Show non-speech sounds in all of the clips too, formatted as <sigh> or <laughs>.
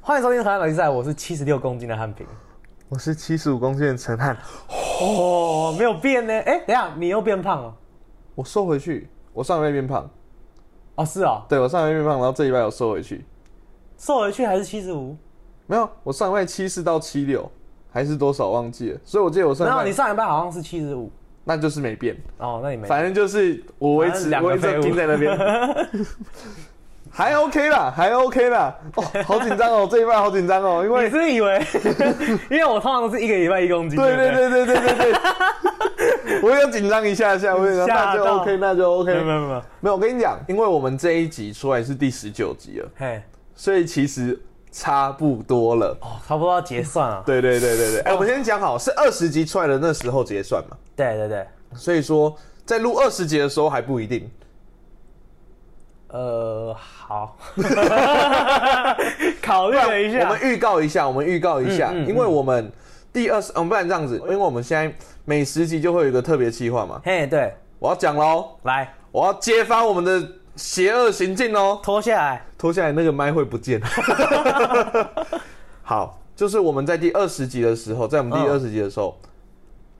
欢迎收听《河岸马比赛》，我是七十六公斤的汉平。我是七十五公斤的陈汉，哦，没有变呢。哎，等一下你又变胖了？我瘦回去，我上个月变胖，哦，是哦，对我上个月变胖，然后这礼拜我瘦回去，瘦回去还是七十五？没有，我上个月七四到七六，还是多少忘记了，所以我记得我上然后个你月上一半好像是七十五。那就是没变，哦，那你没。反正就是我维反正持两个我一直废物盯在那边， <laughs> 还 OK 啦，还 OK 啦，哦，好紧张哦，这一拜好紧张哦，因你为是不是以为？ <laughs> 因为我通常都是一个礼拜一公斤。对不对对对对对 <laughs> 对，我要紧张一下下，我有那就吓到 OK，那就没有 OK，没有没有。没有，我跟你讲，因为我们这一集出来是第十九集了。嘿，所以其实差不多了。哦，差不多要结算了。对对对对对，哎、我们先讲好，是二十集出来的那时候结算嘛，对对对，所以说在录二十集的时候还不一定。呃， <laughs> 好，考虑不然了一下。我们预告一下，我们预告一下，嗯嗯嗯因为我们第二十，嗯，不然这样子，因为我们现在每十集就会有一个特别企划嘛，嘿，对，我要讲喽，来我要揭发我们的邪恶行径喽。脱下来。脱下来那个麦会不见。 <laughs> 好，就是我们在第二十集的时候，在我们第嗯二十集的时候，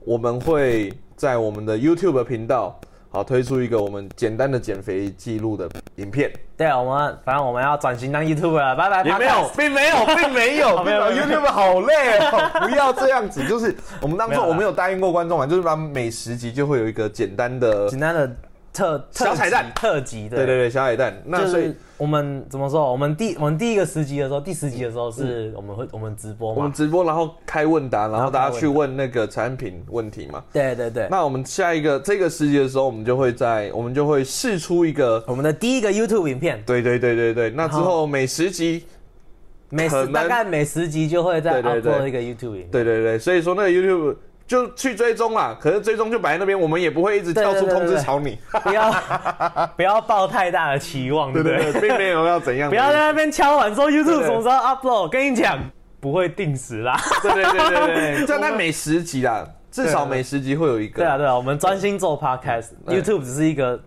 我们会在我们的 YouTube 频道好推出一个我们简单的减肥记录的影片。对，我们反正我们要转型当 YouTube 了，拜拜。也没有，并没有，并没有，没啊 <laughs> 并没有 <laughs> 有。没有 YouTube 好累哦， <laughs> 不要这样子。就是我们当没有初啦我们有答应过观众嘛，就是把每十集就会有一个简单的，简单的特特呃小彩辑蛋特辑的，对对对，小海蛋。那就所以是我们怎么说？我们第我们第一个十集的时候，第十集的时候是我们会我们直播我们嘛？直播，然后开问答，然后大开问家答去问那个产品问题嘛。对对对，那我们下一个这个时节的时候，我们就会在我们就会试出一个，我们的第一个 YouTube 影片，对对对对对。那之后每十集，嗯每可十能大概每十集就会再对对对 upload 一个 YouTube 影片。对对对，所以说那个 YouTube 就去追踪啦。可是追踪就摆在那边，我们也不会一直跳对出对对通对知对吵你。不要 <laughs> 不要抱太大的期望，对对不对对？对，并没有要怎样。不要在那边敲碗说 YouTube 对什么时候 upload，跟你讲不会定时啦。对对对对 <laughs> 对，就那每十集啦，至少每十集会有一对啊个。对啊，我们专心做 podcast，YouTube 只是一个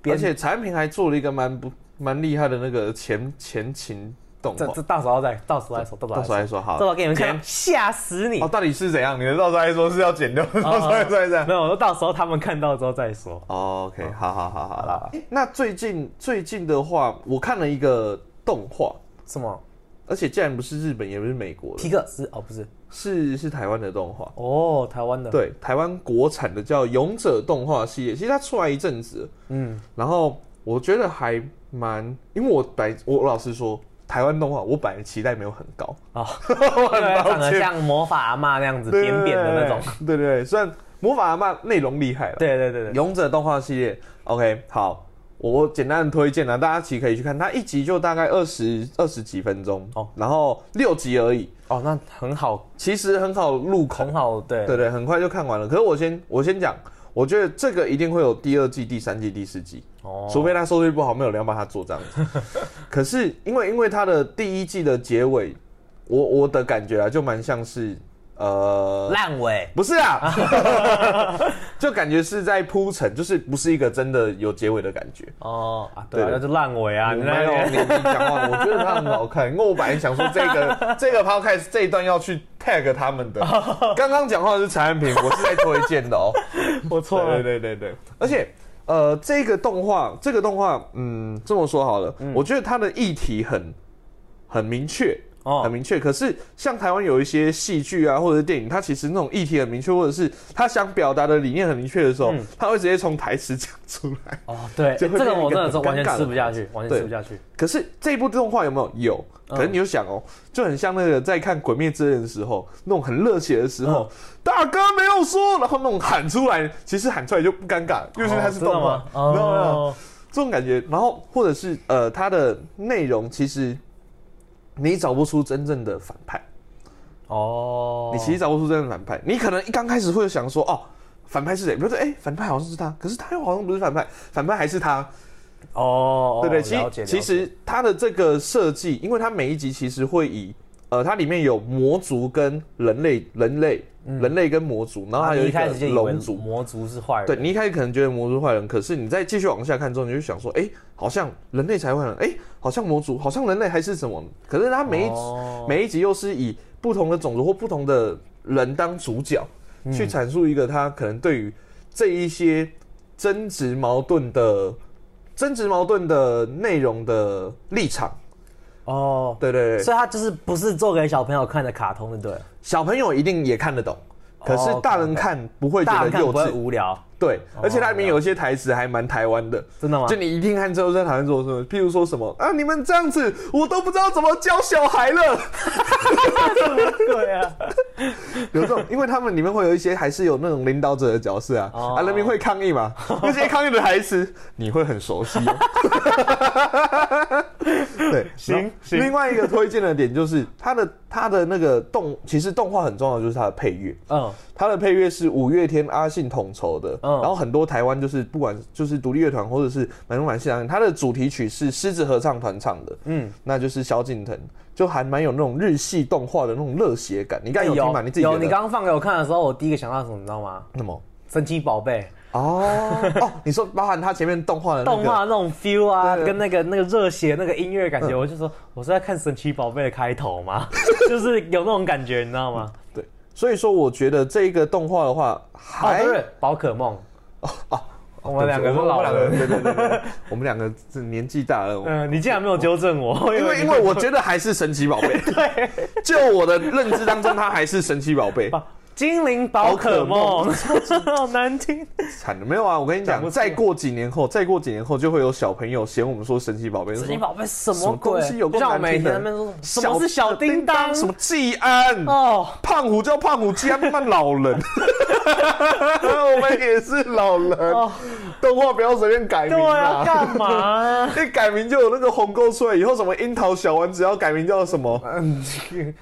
边而且产品还做了一个蛮不蛮厉害的那个前前情动这画这，到时候再到时候再说，到时候到再说。时候再说好。这我给你们看剪，吓死你！哦，到底是怎样？你的到时候还说是要哦剪掉，到时候再说这样没。有，我说到时候他们看到之后再说。哦 OK，好好好好好啦啦。那最近最近的话，我看了一个动画，什么？而且竟然不是日本，也不是美国皮的，克斯？哦，不是，是是台湾的动画。哦，台湾的。，对，台湾国产的叫《勇者动画系列》，其实它出来一阵子了，嗯，然后我觉得还蛮，因为我本来我老实说，台湾动画我本来期待没有很高，哦， <laughs> 我很长抱得歉，像魔法阿妈那样子，对扁扁的那种。，对对对对，虽然魔法阿嬷内容厉害了，对对对对，勇者动画系列，OK，好，我简单的推荐啊，大家其实可以去看，它一集就大概二十二十几分钟，哦哦，然后六集而已，哦，那很好，其实很好入口很，好，对对对，很快就看完了。可是我先我先讲，我觉得这个一定会有第二季、第三季、第四季，哦，除非它收视率不好，没有人要帮它做这样子。 <laughs> 可是因为因为它的第一季的结尾，我我的感觉啊，就蛮像是呃烂尾。不是啊， <laughs> 就感觉是在铺陈，就是不是一个真的有结尾的感觉。哦啊，对啊，对那就烂尾啊！你你没那有边你你讲话，我觉得它很好看，因为我本来想说这 <laughs> 个这个 podcast 这一段要去 tag 他们的。刚刚讲话的是陈安平，我是在推荐的哦。 <laughs> 我 <laughs> 错了。对对对，而且呃，这个动画这个动画，嗯，这么说好了，我觉得它的议题很很明确，哦很明确。可是像台湾有一些戏剧啊，或者是电影，它其实那种议题很明确，或者是它想表达的理念很明确的时候，嗯它会直接从台词讲出 <laughs> 来。哦，对，这就会变个我一个真的是很尴完全尬的吃不下环去境，完全对吃不下去。可是这部动画有没有？有。嗯可是你就想哦，就很像那个在看《鬼灭之刃》的时候，那种很热血的时候，嗯大哥没有说，然后那种喊出来，其实喊出来就不尴尬，尤其它是动画，哦你知真的道吗？吗？哦，这种感觉，然后或者是呃，它的内容其实你找不出真正的反派，哦，你其实找不出真正的反派，你可能一刚开始会想说哦。反派是谁？比如说，哎、反派好像是他，可是他又好像不是反派，反派还是他，哦，对不对？了解其其，实他的这个设计，因为他每一集其实会以呃，它里面有魔族跟人类，人类，人类跟魔族，然后还嗯哦啊有你一一开始就个以为龙族。魔族是坏人，对，你一开始可能觉得魔族是坏人，可是你再继续往下看之后，你就想说，哎、好像人类才坏人，哎、好像魔族，好像人类还是什么？可是它每一集、哦每一集又是以不同的种族或不同的人当主角，嗯去阐述一个他可能对于这一些争执矛盾的争执矛盾的内容的立场。哦，对对对，所以他就是不是做给小朋友看的卡通，对不对？小朋友一定也看得懂，可是哦大看人得懂看不会大觉人得看不幼会哦稚。无聊，对，而且它里面有一些台词还蛮台湾的。真的吗就？你一定看之后在台湾做什么，譬如说什么啊，你们这样子，我都不知道怎么教小孩了。 <laughs> <laughs> 对啊，有这种，因为他们里面会有一些还是有那种领导者的角色啊，哦啊，人民会抗议 <laughs> 嘛，那些抗议的台词你会很熟悉、哦。 <laughs> 对，行然后行另外一个推荐的点就是它的它的那个动，其实动画很重要，就是它的配乐。嗯，它的配乐是五月天阿信统筹的，嗯然后很多台湾就是不管就是独立乐团或者是满满西洋，它的主题曲是狮子合唱团唱的，嗯嗯，那就是萧敬腾，就还蛮有那种日系动画的那种热血感。你刚才有听吗？你自己有，觉你得？刚刚放给我看的时候，我第一个想到什么，你知道吗？什么？神奇宝贝哦哦，你说包含它前面动画的那动画个，那种 feel 啊，对跟那个那个热血那个音乐感觉，我就 <laughs> 说我是在看神奇宝贝的开头嘛，就是有那种感觉，你知道吗？对，所以说我觉得这个动画的话哦，还对不对，宝可梦。哦我们两个是我们老两个人。对对对对，对我们两个这年纪大了，我们嗯，你竟然没有纠正我，我以 <laughs> 因为你因为我觉得还是神奇宝贝， <laughs> 对 <laughs> 就我的认知当中，它还是神奇宝贝。 <laughs> 精灵宝可梦， <laughs> 好难听。惨了，没有啊！我跟你讲不出讲，再过几年后，再过几年后就会有小朋友嫌我们说神奇宝贝，神奇宝贝什什么么鬼？东西有就够像我难每听天在那的。边说什么是小叮当？什么季安、哦，胖虎叫胖虎，季安扮老 <laughs> 人。 <laughs> 我们也是老人，哦动画不要随便改名对啊，啊！干嘛？ <laughs> 一改名就有那个鸿沟出来，以后什么樱桃小丸子要改名叫什么？ <laughs> 嗯， <laughs>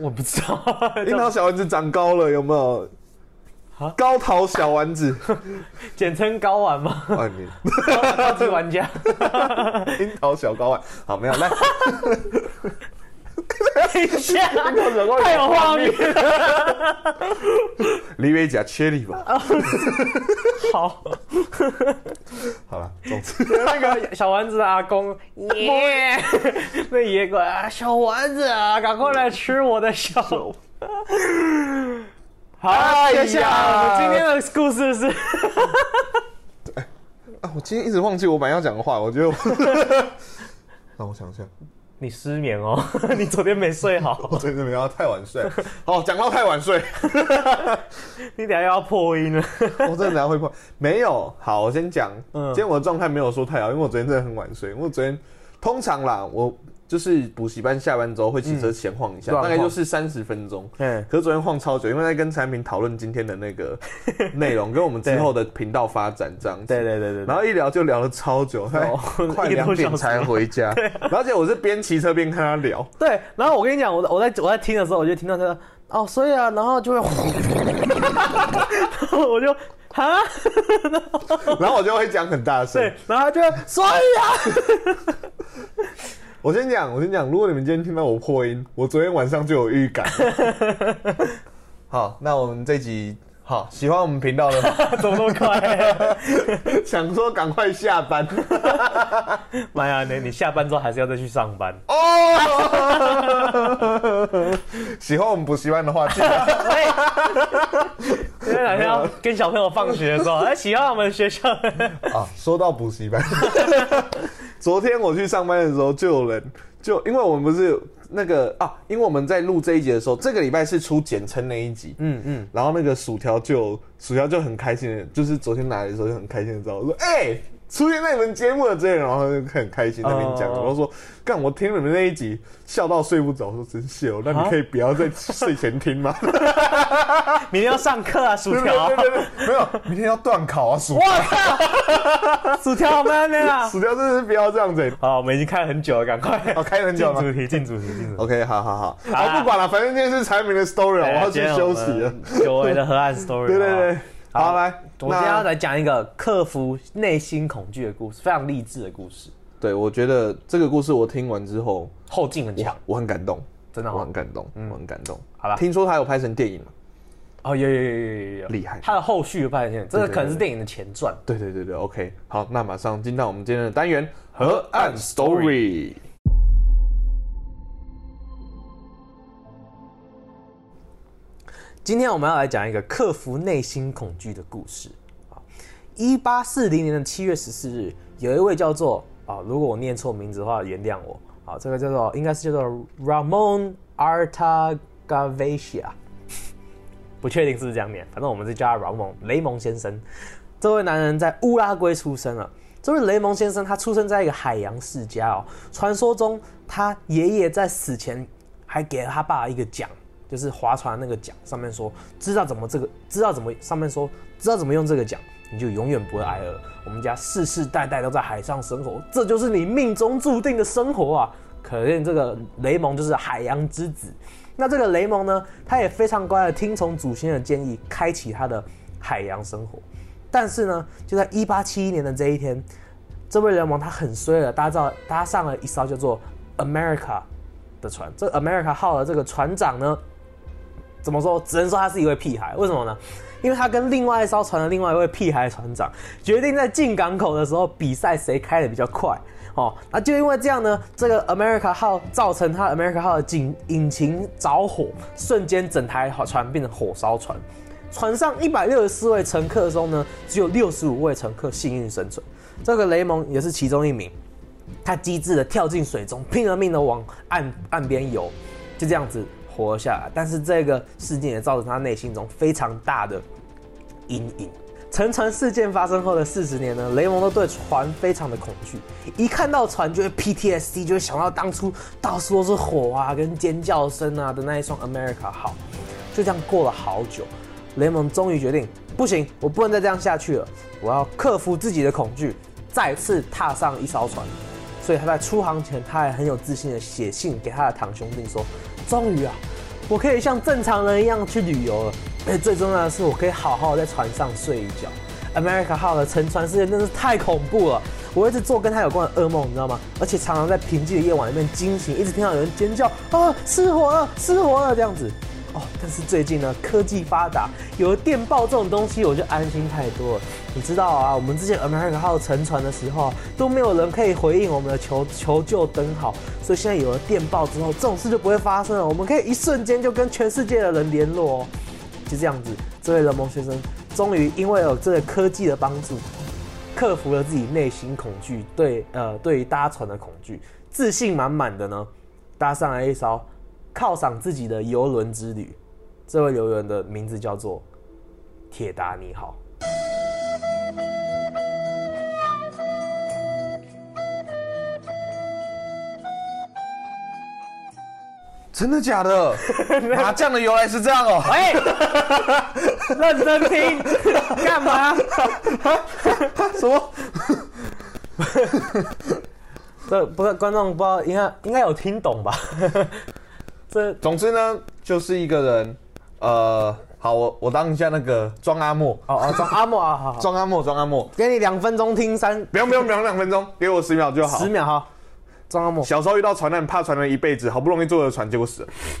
我不知道。樱桃小丸子长高了有没有啊？高桃小丸子， <laughs> 简称高玩吗？ <laughs> 啊你超级玩 <laughs> 家，樱桃小高丸，好没有来。等一下，小高 <laughs> 丸太有画面了。李维甲缺你哦吧。 <laughs> 好，好了，总之那个小丸子的阿 <laughs> 公，耶，那野鬼啊，小丸子啊，赶快来吃我的 <laughs> 手。好，哎呀接下来我们今天的故事是， <laughs> 啊，我今天一直忘记我本来要讲的话，我觉 <laughs> 得我。让我想一下，你失眠哦， <laughs> 你昨天没睡好 <laughs> 我，最近没有太晚睡。哦，讲到太晚睡，你等一下又要破音了。 <laughs> 我真的等下会破。没有，好，我先讲。嗯今天我的状态没有说太好，因为我昨天真的很晚睡。因为我昨天通常啦，我就是补习班下班之后会骑车前啊晃一下，嗯大概乱就晃是三十分钟。嗯，可是昨天晃超久，因为在跟产品讨论今天的那 <laughs> 个内容，跟我们之后的频道发展这样子。对对对对，然后一聊就聊了超久， <laughs> 快哦一个两多小点时才 <laughs> 回家。而且我是边骑车边看他聊，对，然后我跟你讲，我我在我在听的时候，我就听到他说哦，所以啊，然后就会， <laughs> 我就哈，然后我就会讲很大声对。，然后他就会所以 <laughs> 啊，我先讲，我先讲，如果你们今天听到我破音，我昨天晚上就有预感。 <laughs> 好，那我们这集好，喜欢我们频道 <laughs> 的吗，怎么那么快？想说赶快下班 <laughs> 妈呀，你你下班之后还是要再去上 <laughs> 班？哦。喜欢我们补习班的话，记得哎今天哪天要跟小朋友放学的时候，哎，喜欢我们学校的，啊，说到补习班， <laughs> 昨天我去上班的时候，就有人就因为我们不是那个啊，因为我们在录这一集的时候，这个礼拜是出简称那一集，嗯嗯，然后那个薯条就薯条就很开心的，就是昨天来的时候就很开心的知道，我说哎、出现在你们节目了之类的，然后他就很开心在那边讲，哦然后说干我听你们那一集笑到睡不着，我说真谢哦，那你可以不要在睡前听吗？ <laughs> <laughs> 明天要上课啊，薯对条对，对对，没有，明天要断考啊，薯我靠，薯条好 man 啊！薯条真的是不要这样子、欸好，我们已经开了很久了，赶快哦，开很进久了吗主题，进主题，进主题。 <laughs> OK，好好好，好啦好不管了，反正今天是产品的 story，我哦对要去休息。哎今天我了。们久违的河岸 story，对对对好，好好来，不好我今天要那来讲一个克服内心恐惧的故事，非常励志的故事，对我觉得这个故事我听完之后，哎后劲很强哇，我很感动。真的我哦很感动，我很感动。好啦听说他有拍成电影嘛？哦，有有有有有有，厉害它的后续发现，这个对对可能是电影的前传。对对对对，OK，好，那马上进到我们今天的单元河岸 story。今天我们要来讲一个克服内心恐惧的故事一八四零年的七月十四日，有一位叫做啊、如果我念错名字的话，原谅我。啊、这个叫做应该是叫做 Ramon Artagavesia，不确定是不是这样念，反正我们就叫他 Ramon 雷蒙先生。这位男人在乌拉圭出生了。这位雷蒙先生，他出生在一个海洋世家哦。传说中，他爷爷在死前还给了他爸一个奖，就是划船那个奖，上面说知道怎么这个，知道怎么上面说知道怎么用这个奖，你就永远不会挨饿。我们家世世代代都在海上生活，这就是你命中注定的生活啊！可见这个雷蒙就是海洋之子。那这个雷蒙呢，他也非常乖的听从祖先的建议，开启他的海洋生活。但是呢，就在一八七一年的这一天，这位人王他很衰了，搭造搭上了一艘叫做 America 的船。这 America 号的这个船长呢，怎么说？只能说他是一位屁孩。为什么呢？因为他跟另外一艘船的另外一位屁孩船长决定在进港口的时候比赛谁开的比较快。哦，那就因为这样呢，这个 America 号造成他 America 号的引引擎着火，瞬间整台船变成火烧船。船上一百六十四位乘客中呢，只有六十五位乘客幸运生存。这个雷蒙也是其中一名，他机智的跳进水中，拼了命的往岸岸边游，就这样子活了下来。但是这个事件也造成他内心中非常大的阴影。沉船事件发生后的四十年呢，雷蒙都对船非常的恐惧，一看到船就会 PTSD，就会想到当初到处都是火啊、跟尖叫声啊的那一双 America 号。就这样过了好久，雷蒙终于决定，不行，我不能再这样下去了，我要克服自己的恐惧，再次踏上一艘船。所以他在出航前，他还很有自信的写信给他的堂兄弟说：“终于啊，我可以像正常人一样去旅游了，而且最重要的是，我可以好好地在船上睡一觉。” America 号的沉船事件真是太恐怖了，我一直做跟他有关的噩梦，你知道吗？而且常常在平静的夜晚里面惊醒，一直听到有人尖叫啊，失火了，失火了这样子。哦，但是最近呢，科技发达，有了电报这种东西，我就安心太多了。你知道啊，我们之前 America 号沉船的时候啊，都没有人可以回应我们的求求救灯号，所以现在有了电报之后，这种事就不会发生了。我们可以一瞬间就跟全世界的人联络哦。就这样子，这位人蒙先生终于因为有这个科技的帮助，克服了自己内心恐惧，对呃对于搭船的恐惧，自信满满的呢，搭上了一艘犒赏自己的游轮之旅。这位游轮的名字叫做铁达尼号。真的 <laughs> 假的？麻将的由来是这样哦、喂，哎认真听，干嘛？什么？这不是观众不知道，应该应该有听懂吧？ <laughs> 这总之呢，就是一个人，呃，好，我我当一下那个庄阿莫，哦哦，装阿莫啊，好好，庄阿莫，庄阿莫，给你两分钟听三不用不用不用，两分钟，给我十秒就好十。秒哈，装阿莫。小时候遇到船难，怕船难一辈子，好不容易坐了船，结果死了。 <laughs>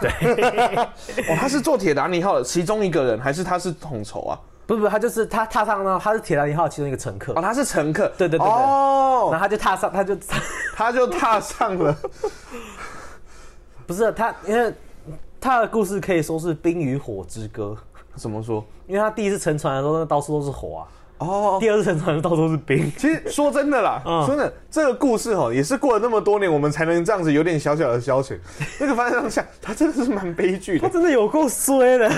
对，哦，他是坐铁达尼号的其中一个人，还是他是统筹啊？不不，他就是他踏上了，他是铁达尼号其中一个乘客，哦，他是乘客。对对对对然后哦，他就踏上，他就 <laughs> 他就踏上了。不是他，因为他的故事可以说是冰与火之歌， <laughs> 怎么说？因为他第一次乘船的时候，那到处都是火啊，哦，第二次乘船到处都是冰。 <laughs> 其实说真的啦，嗯说真的，这个故事哈，也是过了那么多年，我们才能这样子有点小小的消 <laughs> 遣。那个发展下，他真的是蛮悲剧他的。真的有够衰的，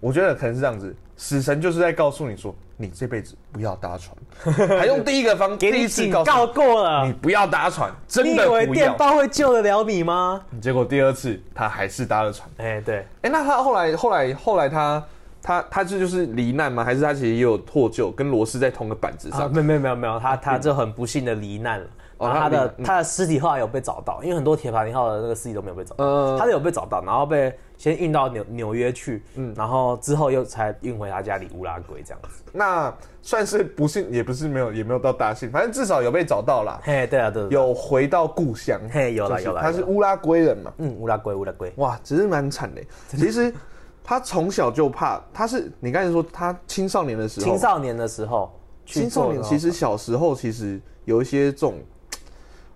我觉得可能是这样子，死神就是在告诉你说，你这辈子不要搭 <laughs> 船，还用第一个方给第一你次警告诉告你过了你。不要搭船，你真以的为不电要。报会救得了你吗？结果第二次他还是搭了船。哎、对，哎、那他后来后来后来他他他这就是罹难吗？还是他其实也有获救，跟罗斯在同个板子啊，上？没有没有没有没有，他他就很不幸的罹难了。嗯哦然后他他罹的难嗯他的尸体后来有被找到，因为很多铁达尼号的那个尸体都没有被找到，呃，他的有被找到，然后被先运到纽纽约去，嗯然后之后又才运回他家里乌拉圭这样子。那算是不幸，也不是没有，也没有到大幸，反正至少有被找到啦，嘿，对啊，对啊，对啊有回到故乡。嘿有啦就是有啦他是有啦乌拉圭人嘛？嗯，乌拉圭乌拉圭，哇，只是蛮惨的。其实他从小就怕，他是你刚才说他青少年的时候，青少年的时候去青做少的哦，年其实小时候其实有一些这种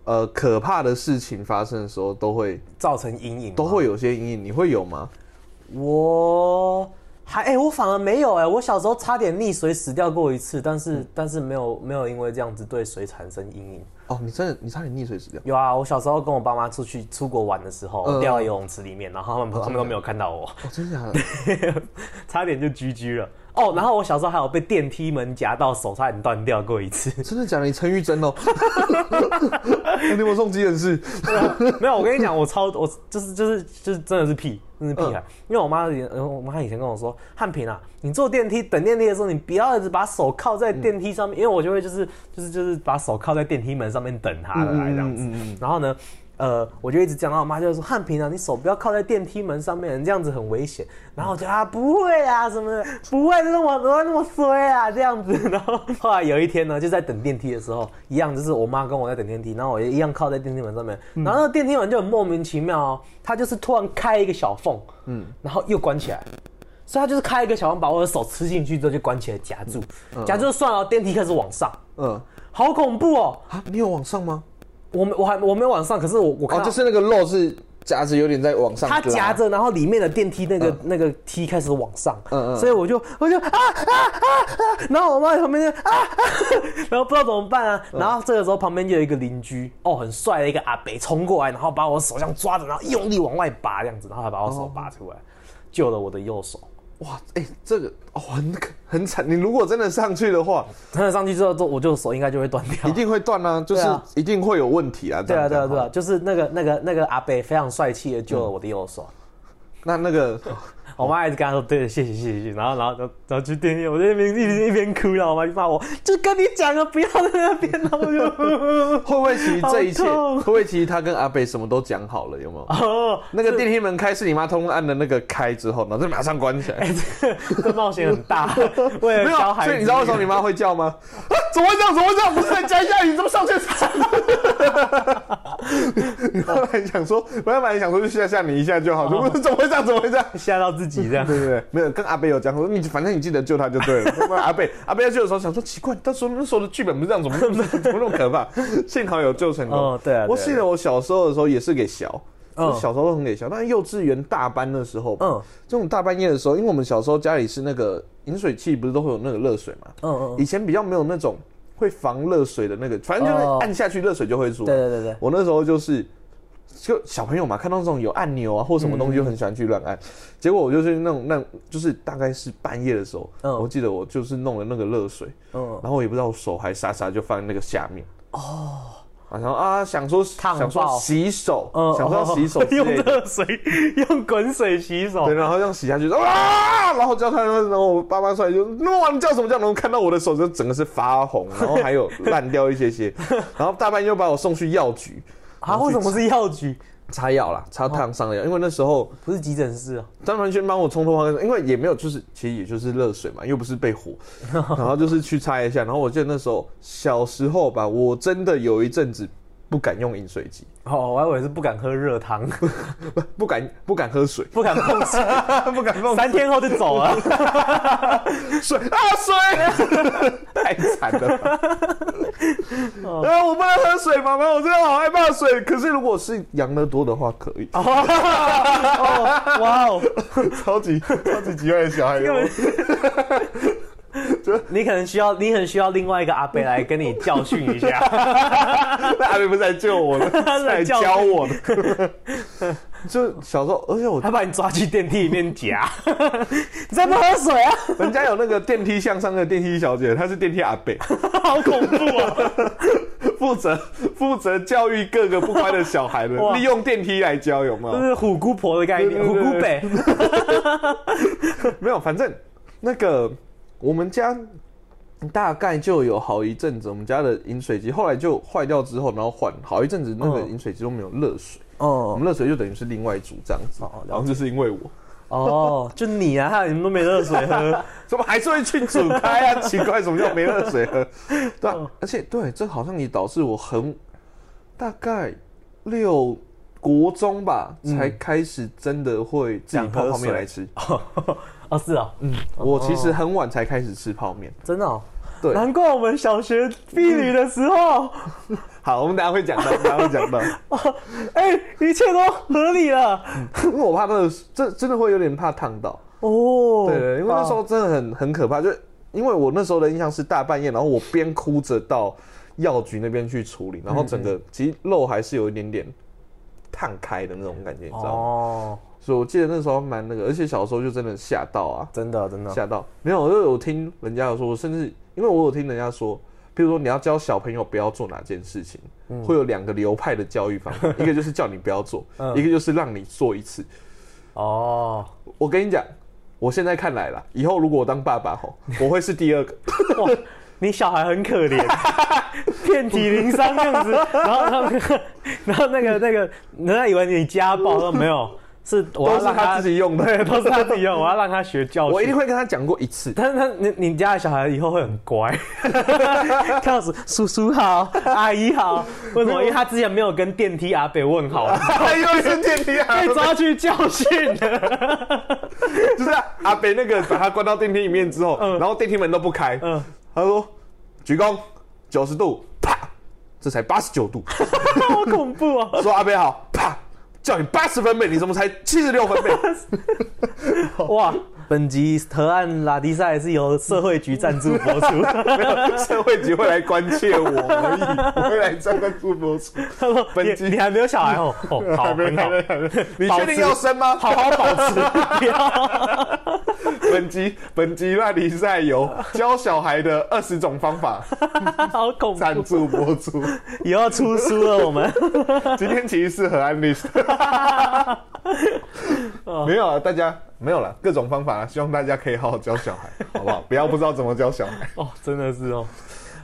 呃可怕的事情发生的时候，都会造成阴影吗，都会有些阴影。你会有吗？我还哎、我反而没有哎、我小时候差点溺水死掉过一次，但是、但是没有没有因为这样子对水产生阴影。哦，你真的你差点溺水死掉。有啊，我小时候跟我爸妈出去出国玩的时候，嗯掉到游泳池里面，然后他们他们都没有看到我， <laughs> 哦，真的 <laughs> 假的？差点就 GG 了。哦，然后我小时候还有被电梯门夹到手差点断掉过一次。真的假的？你陈玉珍 <laughs> 哦，哎你有没有送急诊室？ <laughs> 没有，我跟你讲，我超我就是就是就是真的是屁，真的是屁孩。啊因为我妈以前呃我妈以前跟我说，汉平啊，你坐电梯等电梯的时候，你不要一直把手靠在电梯上面，因为我就会就是就是就是把手靠在电梯门上面等他的来这嗯样子。然后呢，呃，我就一直讲，然后我妈就说汉平啊，你手不要靠在电梯门上面，你这样子很危嗯险。然后我就啊不会啊什么的，不会那么那么衰啊这样子。 <laughs> 然后后来有一天呢，就在等电梯的时候，一样就是我妈跟我在等电梯，然后我也一样靠在电梯门上面，嗯然后那个电梯门就很莫名其妙哦，它就是突然开一个小缝，嗯，然后又关起来。所以它就是开一个小缝，把我的手吃进去之后就关起来夹住，夹住就算了，电梯开始往上，嗯，好恐怖哦！啊，你有往上吗？我没我还我没有往上，可是我我看哦，到、就是那个肉是夹子有点在往上拉，它夹着，然后里面的电梯那个、那个梯开始往上，嗯嗯所以我就我就啊啊啊啊，然后我妈在旁边就啊啊，然后不知道怎么办啊，然后这个时候旁边就有一个邻居，哦，很帅的一个阿北冲过来，然后把我手这样抓着，然后用力往外拔这样子，然后还把我手拔出来，救了我的右手。哇，哎、这个哦很很惨。你如果真的上去的话，真的上去之后，我就手应该就会断掉一。定会断啊，就是对啊一定会有问题啊。这对啊，样对啊，对。这啊，样就是那个那个那个阿北非常帅气的救了我的右手。那那个我妈一直跟她说：“对，谢谢，谢谢。”然后，然后，然后然后去电梯，我在那边一直一边哭，然后我妈就骂我：“就跟你讲啊了，不要在那边。”然后我就，会不会其实这一切，好痛会不会其实他跟阿北什么都讲好了，有没有？ <laughs> 哦， <laughs> 那个电梯门开是你妈通按的那个开之后，然后就马上关起来。这这冒险很大，为 <laughs> 了没有，哎小孩所以你知道为什么你妈会叫 <laughs> 吗？啊怎么会这样？怎么会这样？不是在家下雨，你怎么上去？ <laughs> 你后来想说，我本来想说就吓吓你一下就好，哦怎么怎么会这样？怎么会这样？吓到自己这 <laughs> 样？对对对，没有跟阿贝有讲，我说你反正你记得救他就对 <laughs> 了。那阿贝阿贝要救的时候想说奇怪，到时候那时候的剧本不是这样，怎么怎么那么可怕？幸好有救成功。哦对啊对啊我记得我小时候的时候也是给小。嗯我小时候都很给小，但是幼稚园大班的时候，嗯嗯，这种大半夜的时候，因为我们小时候家里是那个饮水器，不是都会有那个热水嘛，嗯嗯，以前比较没有那种会防热水的那个，反正就是哦按下去热水就会出。对对对对我那时候就是。就小朋友嘛，看到这种有按钮啊或什么东嗯西，就很喜欢去乱按。结果我就是那种那种，就是大概是半夜的时候，嗯我记得我就是弄了那个热水，嗯然后我也不知道我手还傻傻就放在那个下面。哦，然后啊，想说烫想说爆洗手，嗯，想说洗手之用类的，热水，用滚水洗手对，。然后这样洗下去，啊，然后叫他，然后我爸妈出来就，哇，你叫什么叫？然后看到我的手就整个是发红，然后还有烂掉一 <laughs> 些些，然后大半夜又把我送去药局啊，为什么是药局？擦药啦，擦烫伤的药，因为那时候不是急诊室啊？张文轩帮我冲脱因为也没有，就是其实也就是热水嘛，又不是被 <laughs> 火，然后就是去擦一下，然后我记得那时候小时候吧，我真的有一阵子不敢用饮水机，哦，我还以为是不敢喝热汤，，不不敢不敢喝水不敢碰水， <laughs> 不敢弄三天后就走了。水啊 <laughs> 水，太惨了吧！啊，我不能喝水，妈妈，我真的好害怕水。可是如果是养乐多的话，可以。 <laughs> 哦哇哦！啊超级超级奇怪的 <laughs> 小孩根本 <laughs> 你可能需要，你可能需要另外一个阿 <laughs> 伯来跟你教训一 <laughs> 下。 <laughs> 那阿美不是来 <laughs> 救我的，是来教我的。 <laughs> 就小时候，而且我他把你抓去电梯里面 <laughs> 夹，你再不喝水啊，人家有那个电梯向上的电梯小姐，她是电梯阿北， <laughs> 好恐怖 <laughs> 啊！负责负责教育各个不乖的小孩的，哇利用电梯来教，有没有这？是虎姑婆的概念，对对虎对姑北。没有，反正那个我们家大概就有好一阵子，我们家的饮水机后来就坏掉之后，然后换好一阵子，那个嗯饮水机都没有热水，我哦们热水就等于是另外煮这样子。哦了解然后就是因为我，哦，就你啊，还有你们都没热水喝，怎么还是会去煮开啊？奇怪，什么叫没热水喝？对、啊，而且对，这好像也导致我很大概六国中吧，才开始真的会自己想喝泡泡面水来吃。 <laughs> 哦是哦，嗯，我其实很晚才开始吃泡面。真的哦，对难怪我们小学避旅的时候，好，我们等一下会讲到，等一下会讲到，哎、一切都合理了，因为我怕那个这真的会有点怕烫到。哦，对对，因为那时哦候真的很很可怕，就是因为我那时候的印象是大半夜，然后我边哭着到药局那边去处理，然嗯后整个其实肉还是有一点点烫开的那种感觉，你知道吗？哦，所以我记得那时候蛮那个，而且小时候就真的吓到啊，真的真的，吓到没有，我就有听人家有说，我甚至因为我有听人家说。比如说，你要教小朋友不要做哪件事情，会有两个流派的教育方法，一个就是叫你不要做，嗯一个就是让你做一次。哦，我跟你讲，我现在看来啦，以后如果我当爸爸吼，我会是第二 <laughs> 个。哇，你小孩很可 <laughs> 怜，遍体鳞伤这样子，然后他们， <laughs> 然后那个那个，人家以为你家 <laughs> 暴，说没有，是我都要是让他自己用的，都是他自己用，我要让他学教训。 <laughs> 我一定会跟他讲过一 <laughs> 次。但是他你你家的小孩以后会很 <laughs> 乖，看到叔叔叔好，阿姨好，为什么？因为他之前没有跟电梯阿北问好， <laughs> 又是电梯啊被！抓去教 <laughs> 训的。就是阿北那个把他关到电梯里面之后，嗯然后电梯门都不开，嗯，他说鞠躬九十度，啪，这才八十九度。 <laughs> 好恐怖哦！说阿北好，啪，叫你八十分贝，你怎么才七十六分贝？ <laughs> 哇，本集河岸拉迪赛是由社会局赞助播出。没有，社会局会来关切我而已，我会来站在主播处。他说：“本集你你还没有小孩 <laughs> 哦，哦好，很好，你确定要生 <laughs> 吗？好好保持，不要 <laughs> 本集本集拉力赛有教小孩的二十种方法， <laughs> 好恐怖，赞助播 <laughs> 出。以后出书了我们。今天其实是河岸律师， <laughs> 没有啊，大家没有了，各种方法啊，希望大家可以好好教小孩， <laughs> 好不好？不要不知道怎么教小孩。” <laughs> 哦，真的是哦，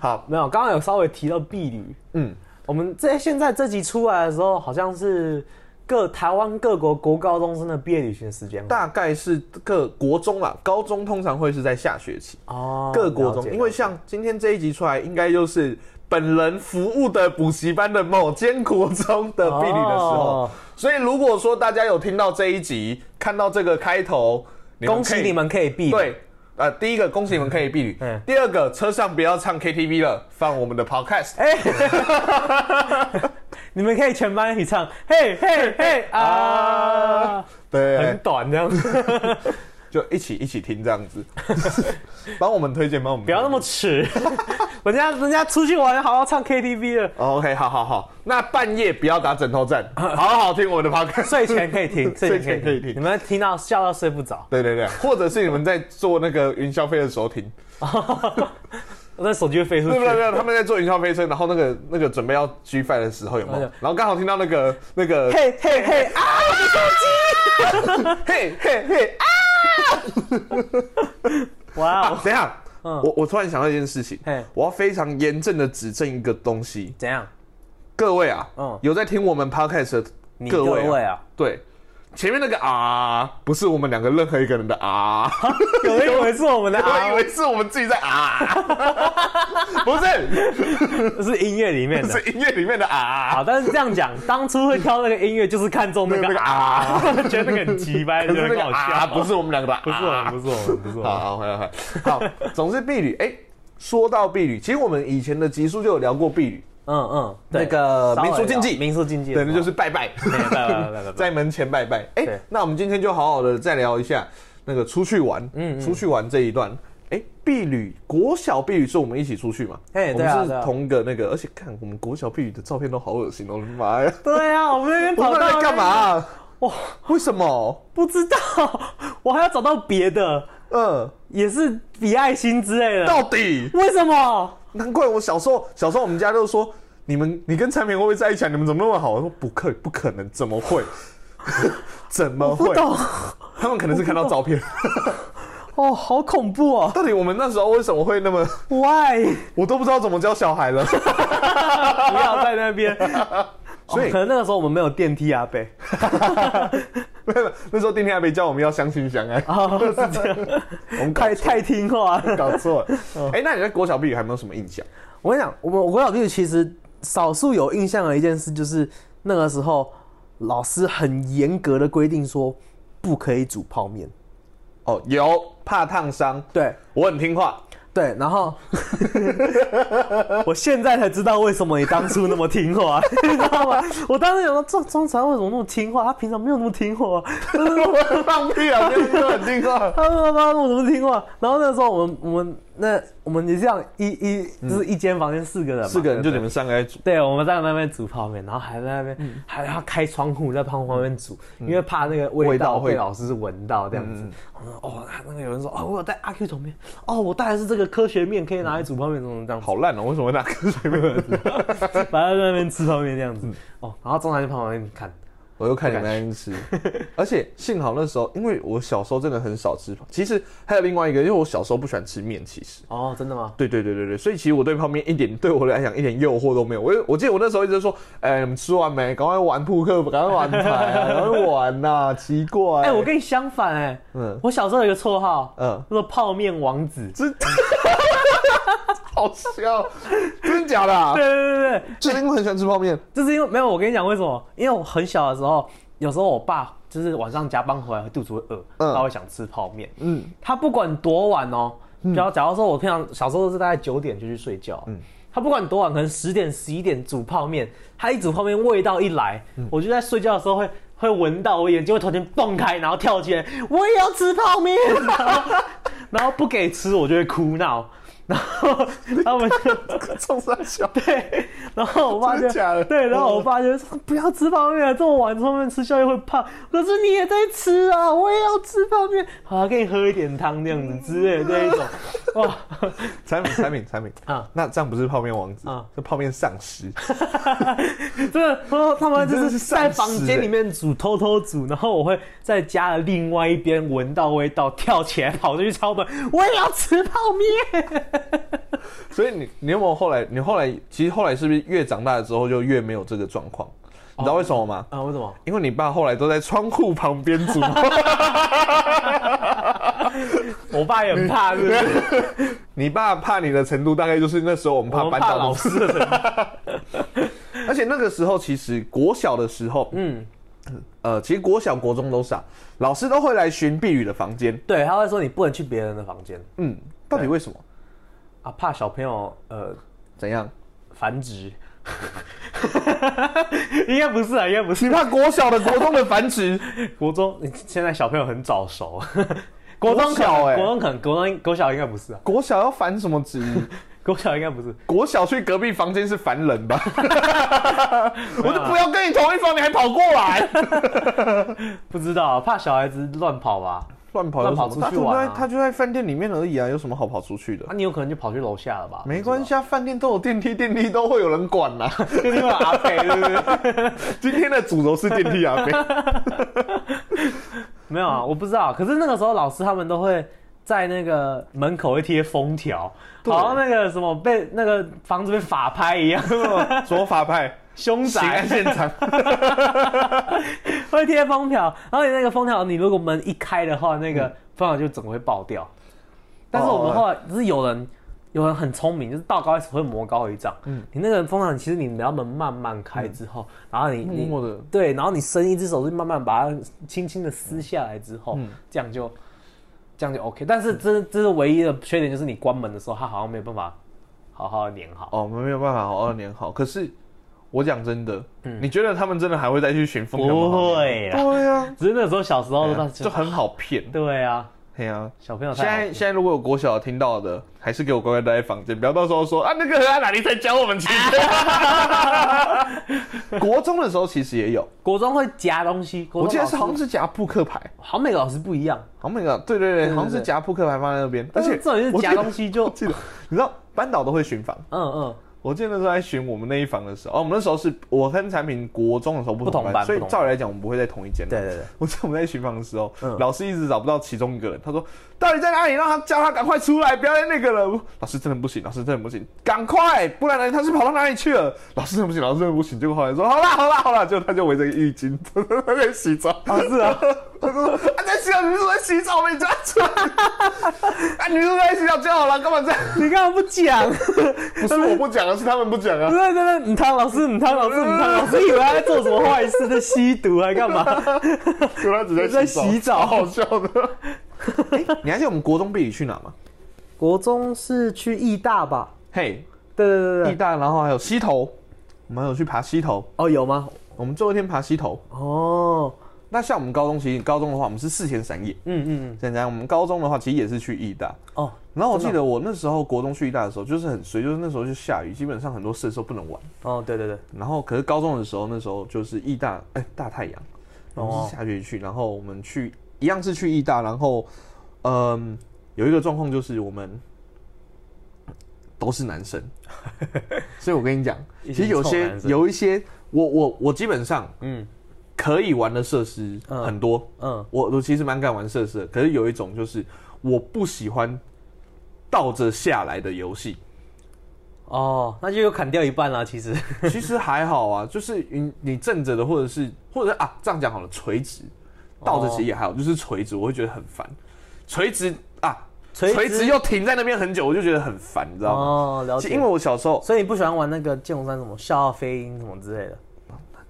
好，没有，刚刚有稍微提到婢女，嗯，我们在现在这集出来的时候，好像是各台湾各国国高中生的毕业旅行的时间嘛大概是各国中啦，高中通常会是在下学期，哦，各国了解中，因为像今天这一集出来，应该就是本人服务的补习班的某间国中的婢女的时候。哦所以如果说大家有听到这一集，看到这个开头，们恭喜可以你。们可以毕旅，对，呃，第一个恭喜你们可以避旅嗯，第二个车上不要唱 KTV 了，放我们的 Podcast。哎你们可以全班一起唱，嘿嘿嘿啊，很对，短这样 <laughs> 子，就一起一起听这样子， <laughs> 帮我们推荐，帮我们不要那么迟， <laughs> 人家人家出去玩好好唱 KTV 了。哦 OK，好好好，那半夜不要打枕头战，好好听我们的 <laughs> Podcast。睡前可以听， <laughs> 睡睡前前可可以以听听，你们听到笑到睡不着，对对 <laughs> 对，或者是你们在坐那个云霄飞的时候听，我的手机会飞出 <laughs> 去对不。对？ <laughs> 对他们在坐云霄飞车，然后那个那个准备要 G f 的时候有没有哎呀？然后刚好听到那个那个嘿嘿嘿啊！嘿嘿嘿哇啊哦，！等一下，我我突然想到一件事情嘿，我要非常严正的指正一个东西，怎样？各位啊，嗯有在听我们 podcast 的你各各位啊，位啊，对，前面那个啊，不是我们两个任何一个人的 <laughs> 啊，有人以为是我们 <laughs> 的我以啊，为是我们自己在啊， <laughs> 不是，是音乐里面的。是音乐里面的啊，好，但是这样讲，当初会挑那个音乐就是看中那那个个啊， <laughs> 啊，觉得那个很奇掰， <laughs> 可觉是得那很个好啊，笑。不是我们两个的啊，不是我们，不是我们，不是我好们。好，回来回来，好，总之婢女，哎，说到婢女，其实我们以前的集数就有聊过婢女，嗯嗯，对那个稍微民俗禁忌聊民俗禁忌的对，时候，那就是拜拜。哎。拜拜拜拜拜 <laughs> 在门前拜拜。哎、对那我们今天就好好的再聊一下那个出去玩，嗯出去玩这一段。哎、婢旅国小婢旅是我们一起出去嘛？嘿我对啊们对是啊同一个那个，而且看我们国小婢旅的照片都好恶心哦，我的妈呀！对啊，我们那边我跑们到在干嘛、那边？哇，为什么？不知道，我还要找到别的，嗯，也是比爱心之类的。到底？为什么？难怪我小时候，小时候我们家就说。你们，你跟产品会不会在一起啊？你们怎么那么好？我说不可，不可能，怎么会？怎么 <laughs> 不会？懂，他们可能是看到照片， <laughs> 哦，好恐怖哦到底我们那时候为什么会那么， ！Why？我都不知道怎么教小 <laughs> 孩 <laughs> 了。不要在那 <laughs> 边。所以哦可能那个时候我们没有电梯啊，贝。没有， <laughs> 那时候电梯还没教我们要相亲相 <laughs> 爱， <laughs> 哦，是这 <laughs> 样，我们搞太太听话了。搞错了。哎、那你在国小毕业还有没有什么印象？ <laughs> 我跟你讲，我们我国小地理其实少数有印象的一件事，就是那个时候老师很严格的规定说不可以煮泡面。哦，有怕烫伤，对我很听话。对，然后 <laughs> 我现在才知道为什么你当初那么听话， <laughs> 你知道吗？我当时想说，这庄才为什么那么听话？他平常没有那么听话。 <laughs> 我放屁 <laughs> 啊！没有说很听话。他说：“妈，我怎么听话？”然后那时候我们我们那我们也这样一一就是一间房间四个人嘛，四个人就对你们三个在煮，对，我们在那边煮泡面，然后还在那边、嗯还要开窗户在旁旁边煮，因为怕那个味味道道会嗯被老师闻到这样子。我们说哦，那个有人说哦，我有带阿 Q 桶面，哦，我带的是这个科学面，可以拿来煮泡面，怎么这样子。好烂哦、为什么会拿口水 <laughs> 没有人吃？ <laughs> 反正在那边吃泡面这样子。哦，然后中南就旁边看，我又看你们在那边吃，而且幸好那时候，因为我小时候真的很少吃，其实还有另外一个，因为我小时候不喜欢吃面，其实。哦，真的吗？对对对对对，所以其实我对泡面一点对我来讲一点诱惑都没有。我我记得我那时候一直说，哎、你们吃完没？赶快玩扑克，赶快玩牌、啊，赶快玩呐、奇怪、哎、我跟你相反哎、嗯我小时候有一个绰号，嗯叫做泡面王子。真好笑，真的假的、啊 <laughs> 对？对对对，就是因为很喜欢吃泡面，就是因为没有我跟你讲为什么？因为我很小的时候，有时候我爸就是晚上加班回来肚子会饿，嗯他会想吃泡面。嗯， <laughs> 他不管多晚哦，然后假如说我平常小时候都是大概九点就去睡觉，他不管多晚，可能十点十一点煮泡面，他一煮泡面味道一来，我就在睡觉的时候会。会闻到，我眼睛会突然间蹦开，然后跳起来，我也要吃泡面，然后 <laughs> 然后不给吃，我就会哭闹，然后 <laughs> 他们就冲上笑。对，然后我爸就真的假的对，然后我爸就说不要吃泡面了，这么晚吃泡面吃宵夜会胖。可是你也在吃啊，我也要吃泡面，好、啊，给你喝一点汤这样子之类的这一种，嗯哇， <laughs> 产品产品产品啊啊，那这样不是泡面王子啊啊，是泡面丧尸。真的，然后他们就是在房你真的是丧尸间欸里面煮，偷偷煮，然后我会在家的另外一边闻到味道，跳起来跑出去敲门，我也要吃泡面。所以你你有没有后来？你后来其实后来是不是越长大之后就越没有这个状况？你知道为什么吗？啊，为什么？因为你爸后来都在窗户旁边煮， <laughs> 我爸也很怕，是不 <laughs> 是？你爸怕你的程度大概就是那时候我们我怕们搬怕到老东西，师的人而且那个时候其实国小的时候，嗯，呃，其实国小国中都是啊，老师都会来巡避雨的房间，对，他会说你不能去别人的房间嗯，到底为什么？啊，怕小朋友呃怎样？ <laughs> 繁殖。 <laughs> 应该不是啊，应该不你是。怕国小的国中的繁殖？国中现在小朋友很早 <laughs> 熟，国哎中可能小欸国中可能国中国小应该不是啊，国小要繁什么殖？国小应该不是。国小去隔壁房间是烦人 <laughs> 吧？我就不要跟你同一房，你还跑过来，不知道，怕小孩子乱跑吧？ <laughs> 乱跑乱有跑什出么？他去就玩在啊他就在饭店里面而已啊，有什么好跑出去的啊，？你有可能就跑去楼下了吧？没关系啊，饭店都有电梯，电梯都会有人管 <laughs> 啦、不知道，就是阿北，对不对？ <laughs> 今天的主轴是电梯 <laughs> 啊，没有啊，我不知道。可是那个时候老师他们都会在那个门口会贴封条，对好像那个什么被那个房子被法拍一样，什么法派？凶刑宅案。现场，会贴封条，然后你那个封条，你如果门一开的话，那嗯个封条就整个会爆掉。但是我哦们后来就是有人，有人很聪明，就是道高一尺会魔高一丈。嗯，你那个封条，其实你只要门慢慢开之后，然后你 <laughs> 嗯默你默地对，然后你伸一只手去慢慢把它轻轻的撕下来之后，嗯这样就这样就 OK。但是这这是唯一的缺点，就是你关门的时候，它好像没有办法好好的粘好。哦，我们没有办法好二年好。可是我讲真的，你觉得他们真的还会再去寻风不啊会啦，对呀、只是那时候小时候啊，那就很好骗。对啊，对呀、啊，小朋友太现好在现在如果有国小听到的，还是给我乖乖待在房间，不要到时候说啊那个阿哪里在教我们骑车。 <laughs> 国中的时候其实也有，国中会夹东西，国 <laughs> 我中记得是老师好像是夹扑克牌，好像每个老师不一样，好像那个对对对，对好像是夹扑克牌放在那边，而但是且这种是我夹 <laughs> 记得东西就记得，你知道班导都会巡房，嗯嗯，我记得那时候在巡我们那一房的时候，哦，我们那时候是我跟产品国中的时候不不同同班，班所以不同班照理来讲我们不会在同一间。对对对，我记得我们在巡房的时候，嗯老师一直找不到其中一个人，他说：“到底在哪里？让他叫他赶快出来，不要再那个了。”老师真的不行，老师真的不行，赶快，不然呢他是跑到哪里去了？老师真的不行，老师真的不行。结果后来说：“好啦好啦好啦。”结果他就围着一个浴巾 <laughs> 他在洗澡，啊是啊，他说：“啊，在洗澡，你是说在洗澡吗？你叫他出来。啊，你说在洗澡就好了，干嘛这样？你干嘛不讲？不是我不讲啊，是他们不讲啊。”对对对，你汤老师，你汤老师，你汤老师，以为他在做什么坏事，在吸毒还干嘛？就他只在在洗澡好好笑 <laughs> 的。你还记得我们国中毕业去哪吗？国中是去义大吧？嘿、对对对对，义大，然后还有溪头，我们还有去爬溪头，哦有吗？我们最后一天爬溪头。哦，那像我们高中，其实高中的话，我们是四天三夜。嗯嗯，嗯现在我们高中的话，其实也是去义大。哦，然后我记得我那时候国中去义大的时候，就是很随，就是那时候就下雨，基本上很多事都不能玩。哦对对对，然后可是高中的时候，那时候就是义大，哎、大太阳，然后哦是下学期去，然后我们去一样是去义大，然后嗯，有一个状况就是我们都是男 <laughs> 生，所以我跟你讲，一其群实有臭些男生有一些，我我我基本上嗯可以玩的设施嗯很多，嗯，我我其实蛮敢玩设施的，可是有一种就是我不喜欢倒着下来的游戏。哦，那就又砍掉一半啦，其实。 <laughs> 其实还好啊，就是你你正着的，或者是或者是啊，这样讲好了，垂直倒着其实也还哦好，就是垂直我会觉得很烦，垂直啊， <laughs> 垂直又停在那边很久，我就觉得很烦，你知道吗？哦，了其解。因为我小时候所以你不喜欢玩那个剑龙三什么笑傲飞鹰什么之类的。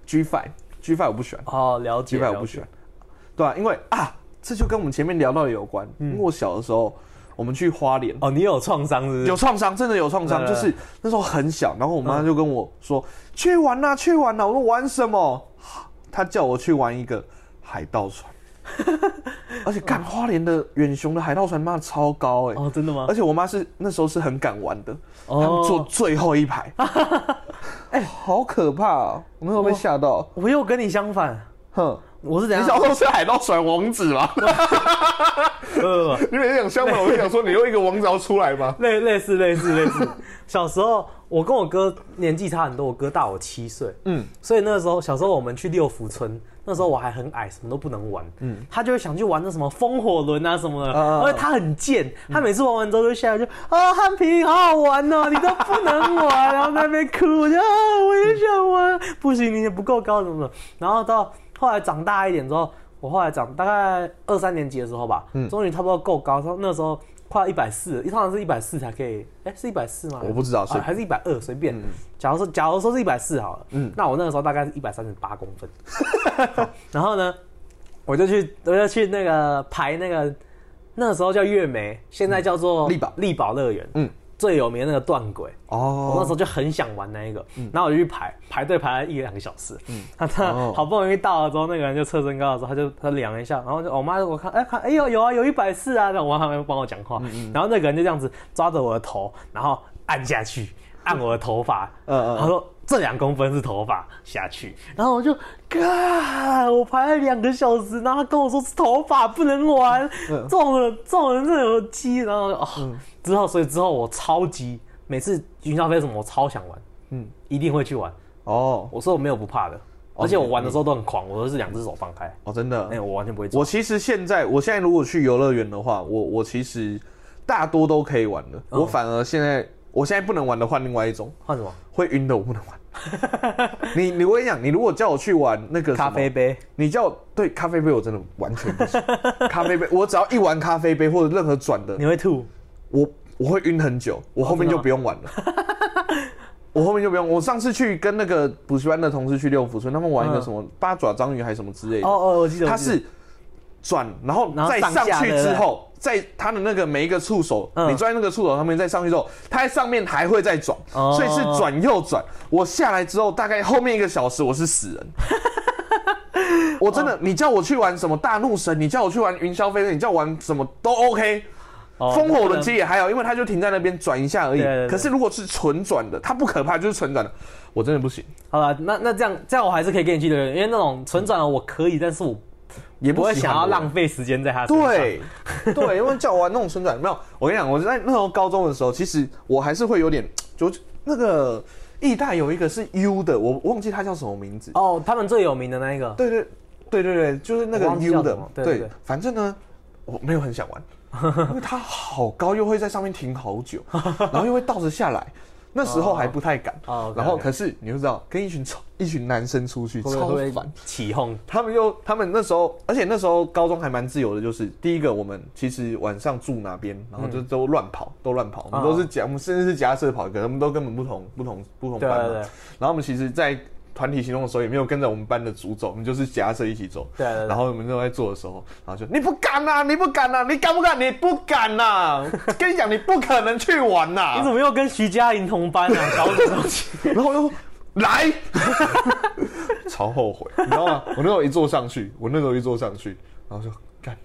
G Five G Five 我不喜欢哦，了解。 ，G Five 我不喜了欢，对啊，因为啊，这就跟我们前面聊到的有关，嗯因为我小的时候我们去花莲解。。哦，你有创伤是不是？有创伤，真的有创对伤，嗯就对是那时候很小，然后我妈就跟我说：“去玩呐、去玩呐、我说：“玩什么？”她叫我去玩一个海 <laughs> 盗船，而且干花莲的远雄的海盗船，妈的超高哎、哦，真的吗而？且我妈是那时候是很敢玩的，哦她们坐最后 <laughs> 一排，哎、好可怕、哦！我那时候被吓到，我又跟你相反，哼。我是怎你样？小时候是海盗船王子 <laughs> 吗？呃，你每次讲相反，我就想说你用一个王子要出来吗？类类似类似类似。 <laughs> 小时候我跟我哥年纪差很多，我哥大我七岁，嗯，所以那时候小时候我们去六福村，那时候我还很矮，什么都不能玩，嗯，他就会想去玩那什么风火轮啊什么的，啊嗯而且他很贱，他每次玩完之后就下来就啊汉平好好玩哦，你都不能 <laughs> 玩，然后在那边哭，我就啊我也想玩，不行你也不够高什么的，然后到后来长大一点之后。我后来长大概二三年级的时候吧，嗯终于差不多够高，那时候快一百四，通常是一百四才可以，哎、是一百四吗？我不知道嗯啊是还是一百二，随便。假如说，假如说是一百四好了，嗯，那我那个时候大概是一百三十八公分。 <laughs> 然后呢，我就去，我就去那个排那个，那个时候叫月梅，现在叫做嗯力宝力宝乐园，嗯嗯，最有名的那个断轨。我那哦时，候就很想玩那一个，然后我就去排排队排了一两个小时，嗯，他他哦好不容易到了之后，那个人就测身高的时候，他就他量了一下，然后就我妈我看哎看哎有有啊有一百四啊，那我妈还没帮我讲话，然后那个人就这样子抓着我的头，然后按下去，按我的头发，嗯嗯嗯他说这两公分是头发下去，然后我就，嘎，我排了两个小时，然后他跟我说是头发不能玩，这种人这种人真的有鸡，然后我就哦，之后所以之后我超级每次云霄飞什么我超想玩，嗯嗯，哦一定会去玩，哦我说我没有不怕的，而且我玩的时候都很狂，我都是两只手放开，哦，真的，哎、我完全不会做，我其实现在，我现在如果去游乐园的话，我我其实大多都可以玩的。嗯我反而现在，我现在不能玩的换另外一种，换什么会晕的我不能玩。 <laughs> 你你我跟你讲，你如果叫我去玩那个什咖么啡，杯，你叫我对咖啡杯，我真的完全不 <laughs> 行。咖啡杯，我只要一玩咖啡杯或者任何转的，你会吐，我我会晕很久，我后面真的就吗不用玩了。 <laughs> 我后面就不用。我上次去跟那个补习班的同事去六福村，他们玩一个嗯什么八爪章鱼还是什么之类的。哦哦，我记得它我记得是转，然后然后再上上下去对不之对后，在它的那个每一个触手，嗯你抓在那个触手上面再上去之后，它在上面还会再转，哦所以是转右转。我下来之后，大概后面一个小时我是死 <laughs> 人。我真的，哦你叫我去玩什么大怒神，你叫我去玩云霄飞车，你叫我玩什么都 OK。哦风火轮那其实也还好，因为它就停在那边转一下而已对对。对可是如果是纯转的，它不可怕，就是纯转的，我真的不行，好了，那那这样这样我还是可以跟你去留言，因为那种存转的我可以，但是我也不会喜想欢要我浪费时间在他身上。<laughs> <laughs> 对，对，因为叫我玩那种村长，没有。我跟你讲，我在那时候高中的时候，其实我还是会有点，就那个意大有一个是 U 的，我忘记它叫什么名字。哦，他们最有名的那一个，对对对对对，就是那个我忘记 U 叫的什么，对对对对反正呢，我没有很想 <laughs> 玩，因为它好高，又会在上面停好久，然后又会倒着下来，那时候还不太敢。哦，然后可是你就知道，跟一群超一群男生出去会超不会烦。起哄？他们又他们那时候，而且那时候高中还蛮自由的，就是第一个我们其实晚上住哪边，然后就都乱跑，都乱跑，我嗯们都是夹，我们甚至是夹社跑，可能我们都根本不同不同不同对班嘛。对啊对然后我们其实，在团体行动的时候，也没有跟着我们班的组走，我们就是夹社一起走。对啊对对然后我们都在做的时候，然后就你不敢呐、你不敢呐、你敢不敢？你不敢呐、跟你讲，你不可能去玩呐、你怎么又跟徐佳莹同班 <laughs> 啊？搞什么东西？然后又 <laughs> 来，超后悔，你知道吗？我那时候一坐上去，我那时候一坐上去，然后就干，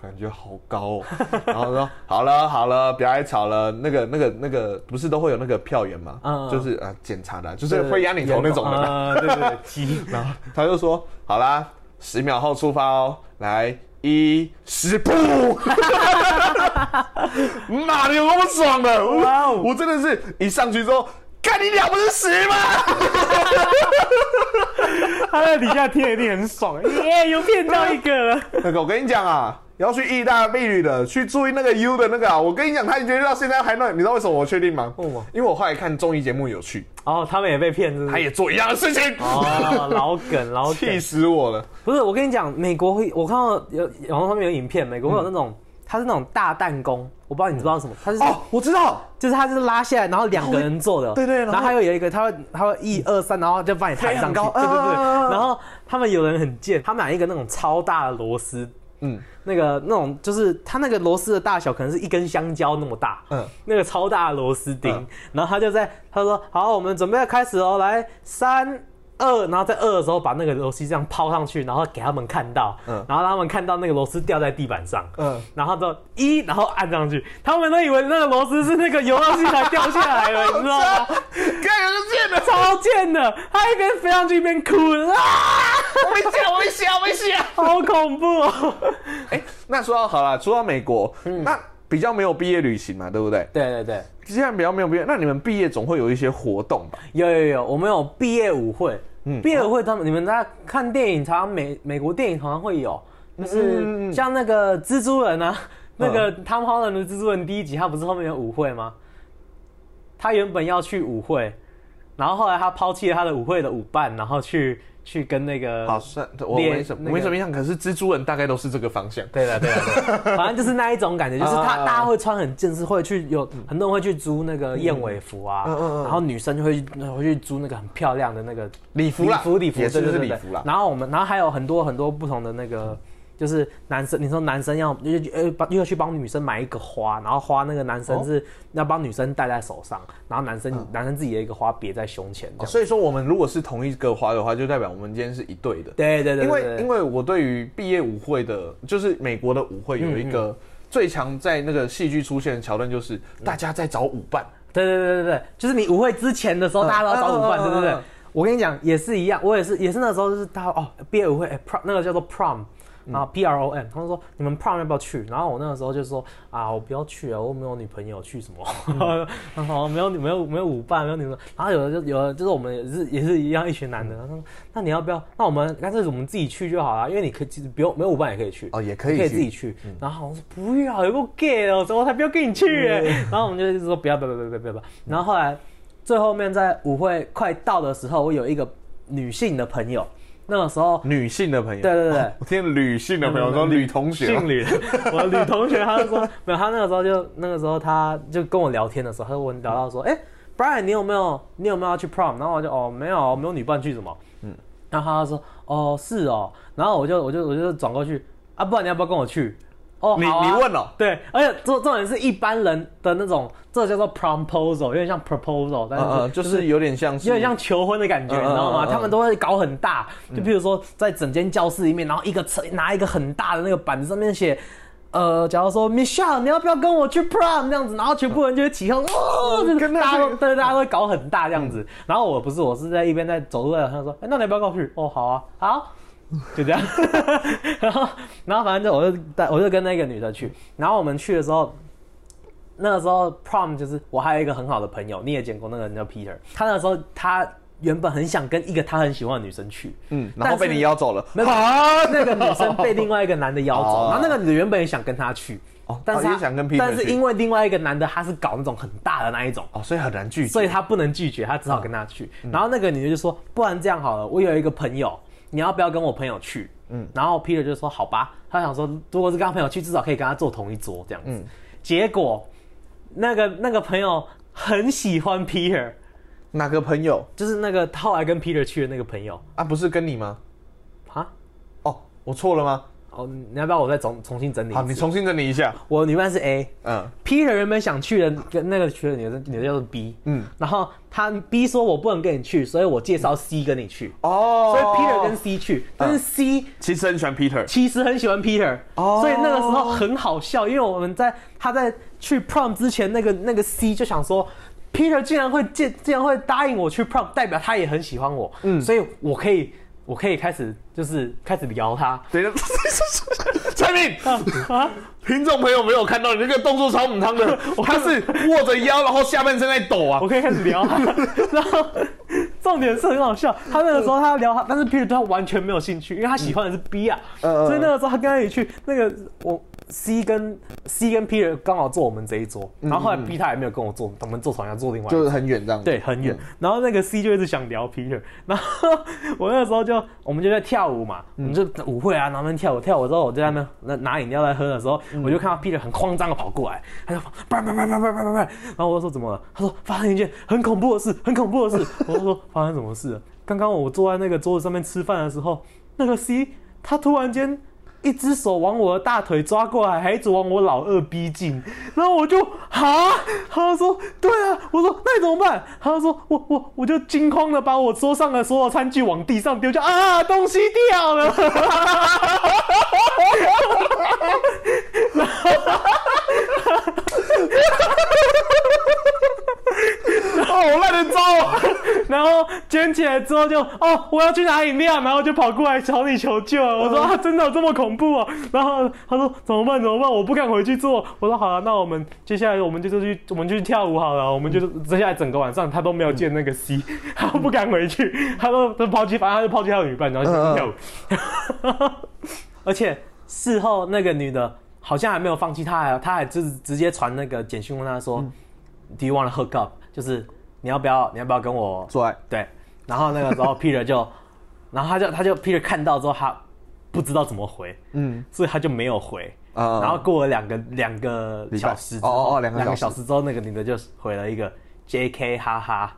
感觉好高哦。然后说好了好了，不要再吵了。那个那个那个，不是都会有那个票员嘛，嗯嗯就是啊检查的啊，就是会压你头那种的嘛。啊，对对对，急。然后 <laughs> 他就说：“好啦，十秒后出发哦，来一十步。” <laughs> 妈的，有那么爽的！哇哇哦我真的是一上去之后，看你俩不是十吗？他在底下听一定很爽，耶，又骗到一个了。那个我跟你讲啊，要去意大利旅的，去注意那个 U 的那个啊。我跟你讲，他已经到现在还那，你知道为什么我啊确定吗？为什么因为我后来看综艺节目有去，哦，他们也被骗，是不是？他也做一样的事情，哦，老梗，老气梗。死我了。不是，我跟你讲，美国会，我看到有网络上面有影片，美国会有那种，它是那种大弹弓，我不知道你知不知道什么，它是嗯哦，我知道，就是它就是拉下来，然后两个人坐的，对对然然后后还有有一个，他会他会一二三，然后就把你抬上去，飞很高对对对啊啊啊。啊然后他们有人很贱，他买一个那种超大的螺丝，嗯那个那种就是它那个螺丝的大小可能是一根香蕉那么大，嗯那个超大的螺丝钉，嗯然后他就在他说好，我们准备要开始哦，来三。二，然后在二的时候把那个螺丝这样抛上去，然后给他们看到，嗯然后让他们看到那个螺丝掉在地板上，嗯。然后就一，然后按上去，他们都以为那个螺丝是那个游浪器材掉下来 <laughs> 了，你知道吗？啊干有个贱的，超贱的，他一边飞上去一边哭啊，我没笑，我没笑，我没啊笑。好恐怖、哦！哎、那说到好了，说到美国，那比较没有毕业旅行嘛，对不对？对对对，既然比较没有毕业，那你们毕业总会有一些活动吧？有有有，我们有毕业舞会，嗯毕业舞会他们你们大家看电影，常常美美国电影好像会有，就是像那个蜘蛛人啊，那个 Tom Holland 的蜘蛛人第一集，他不是后面有舞会吗？他原本要去舞会，然后后来他抛弃了他的舞会的舞伴，然后去去跟那个好，算我我列没什么，那个我没什么印象。可是蜘蛛人大概都是这个方向。对了，对了，对了反正就是那一种感觉，就是他啊大家会穿很正式，会去有很多人会去租那个燕尾服啊，嗯嗯嗯嗯然后女生就会会去租那个很漂亮的那个礼服啦礼服礼服也是对对就是对礼服啦然后我们，然后还有很多很多不同的那个。就是男生，你说男生要又呃帮又要去帮女生买一个花，然后花那个男生哦嗯是要帮女生戴在手上，然后男生、男生自己的一个花别在胸前这样。哦所以说，我们如果是同一个花的话，就代表我们今天是一对的。对对对对对因为对因为我对于毕业舞会的，就是美国的舞会有一嗯个最常在那个戏剧出现的桥段，就是大家在找舞伴。对对对对对，就是你舞会之前的时候，嗯大家都要找舞伴，嗯嗯对对对嗯嗯。我跟你讲，也是一样，我也是，也是那时候就是他哦，毕业舞会，哎、p r o m 那个叫做 prom。啊，P 嗯 R O M，他们说你们 prom 要不要去？然后我那个时候就说啊，我不要去啊，我没有女朋友，去什么？然 <laughs> 嗯后没有没有没有舞伴，没有女朋友。然后有的就有的就是我们也是也是一样一群男的，他说那你要不要？那我们干脆我们自己去就好了，因为你可以其实不用没有舞伴也可以去。哦也可以你可以去嗯自己去。然后我说不要，有个 gay 哦，我才不要跟你去嗯哎。然后我们就一直说不要不要不要不要不要不要。然后后来最后面在舞会快到的时候，我有一个女性的朋友，那个时候女性的朋友，对对 <laughs> 对。我听女性的朋嗯友说女同学啊嘛，姓吕，我吕同学，他就 <laughs> 说没有，他那个时候就那个时候他就跟我聊天的时候，他就问聊到说，哎、b r i a n 你有没有你有没有要去 prom？然后我就哦没有，没有女伴去什么，嗯，然后他就说哦是哦，然后我就我就我就转过去啊，不然你要不要跟我去？哦，你好啊你问哦对，而且重重点是一般人的那种，这叫做 proposal，有点像 proposal，但是、嗯嗯，就是有点像是有点像求婚的感觉，嗯嗯你知道吗？嗯嗯他们都会搞很大，就譬如说在整间教室里面，然后一个车拿一个很大的那个板子上面写。呃，假如说 Michelle，你要不要跟我去 prom 这样子，然后全部人就会起哄，哦，就是跟那大家都个嗯对大家都会搞很大这样子。然后我不是，我是在一边在走路在，他说，哎、那你要不要跟我去？哦，好啊，好，就这样。 <laughs> 然后，然后反正就我就带，我就跟那个女的去。然后我们去的时候，那个时候 prom 就是我还有一个很好的朋友，你也见过那个人叫 Peter，他那个时候他原本很想跟一个他很喜欢的女生去，嗯，然后被但是你邀走了，没有啊，那个女生被另外一个 <laughs> 男的邀走，哦然后那个女的原本也想跟他去，哦但是她也想跟 Peter 但是去因为另外一个男的他是搞那种很大的那一种，哦，所以很难拒绝，所以他不能拒绝，他只好跟他去。嗯然后那个女的就说：“不然这样好了，我有一个朋友，你要不要跟我朋友去？”嗯，然后 Peter 就说：“好吧。”他想说，如果是跟他朋友去，至少可以跟他坐同一桌这样嗯子。结果那个那个朋友很喜欢 Peter，哪个朋友就是那个后来跟 Peter 去的那个朋友啊？不是跟你吗？啊。哦，我错了吗？哦，你要不要我再重重新整理一次？好，你重新整理一下。我女伴是 A。嗯 Peter 原本想去的跟那个去的女生，女的叫做 B，嗯，然后他 B 说我不能跟你去，所以我介绍 C 跟你去，哦，所以 Peter 跟 C 去，但是 C 其实很喜欢 Peter，其实很喜欢 Peter，、哦所以那个时候很好笑，因为我们在他在去 prom 之前，那个那个 C 就想说。Peter 竟然会竟竟然会答应我去 prom，代表他也很喜欢我，嗯，所以我可以我可以开始就是开始聊他，啊等一下， <laughs> 蔡明，听众朋友没有看到你那个动作超母汤 <laughs> 的，他是握着腰，然后下半身在抖 <laughs> 啊我。可以开始聊他。然后重点是很好笑，他那个时候他聊他，但是 Peter 对他完全没有兴趣，因为他喜欢的是 B 啊，嗯嗯所以那个时候他跟他一起去那个我 C 跟 C 跟 Peter 刚好坐我们这一桌，嗯然后后来 B 他也没有跟我坐，我们坐床上坐另外一桌。是很远这样，对，很远。然后那个 C 就一直想聊 Peter，然后我那时候就我们就在跳舞嘛，我们就舞会啊，然后我们跳舞跳舞之后，我就在那那拿饮料来喝的时候，我就看到 Peter 很慌张的跑过来，他就叭叭叭叭叭叭叭叭，然后我就说怎么了？他说发生一件很恐怖的事，很恐怖的事。我就说发生什么事了？刚刚我坐在那个桌子上面吃饭的时候，那个 C 他突然间。一只手往我的大腿抓过来，还一直往我老二逼近，然后我就哈，他就说对啊，我说那你怎么办？他就说我我我就惊慌的把我桌上的所有餐具往地上丢，就啊东西掉了，哦，我烂的招啊。然后捡起来之后就哦我要去拿饮料，然后就跑过来找你求救了。我说啊真的有这么恐怖哦、然后他说怎么办怎么办？我不敢回去做。我说好了，那我们接下来我们就就去我们就去跳舞好了。我们就是接下来整个晚上他都没有见那个 C，他不敢回去，他都都抛弃，反正他就抛弃他的女伴，然后就去跳舞。而且事后那个女的好像还没有放弃他，还他还就是直接传那个简讯问他说、d o you want to hook up？” 就是你要不要你要不要跟我做爱，对，然后那个时候 Peter 就， <laughs> 然后他就他就 Peter 看到之后他不知道怎么回，嗯所以他就没有回。啊然后过了两个两个礼拜小时之后，哦哦哦两两个个小小时时之后，那个女的就回了一个 J K 哈哈，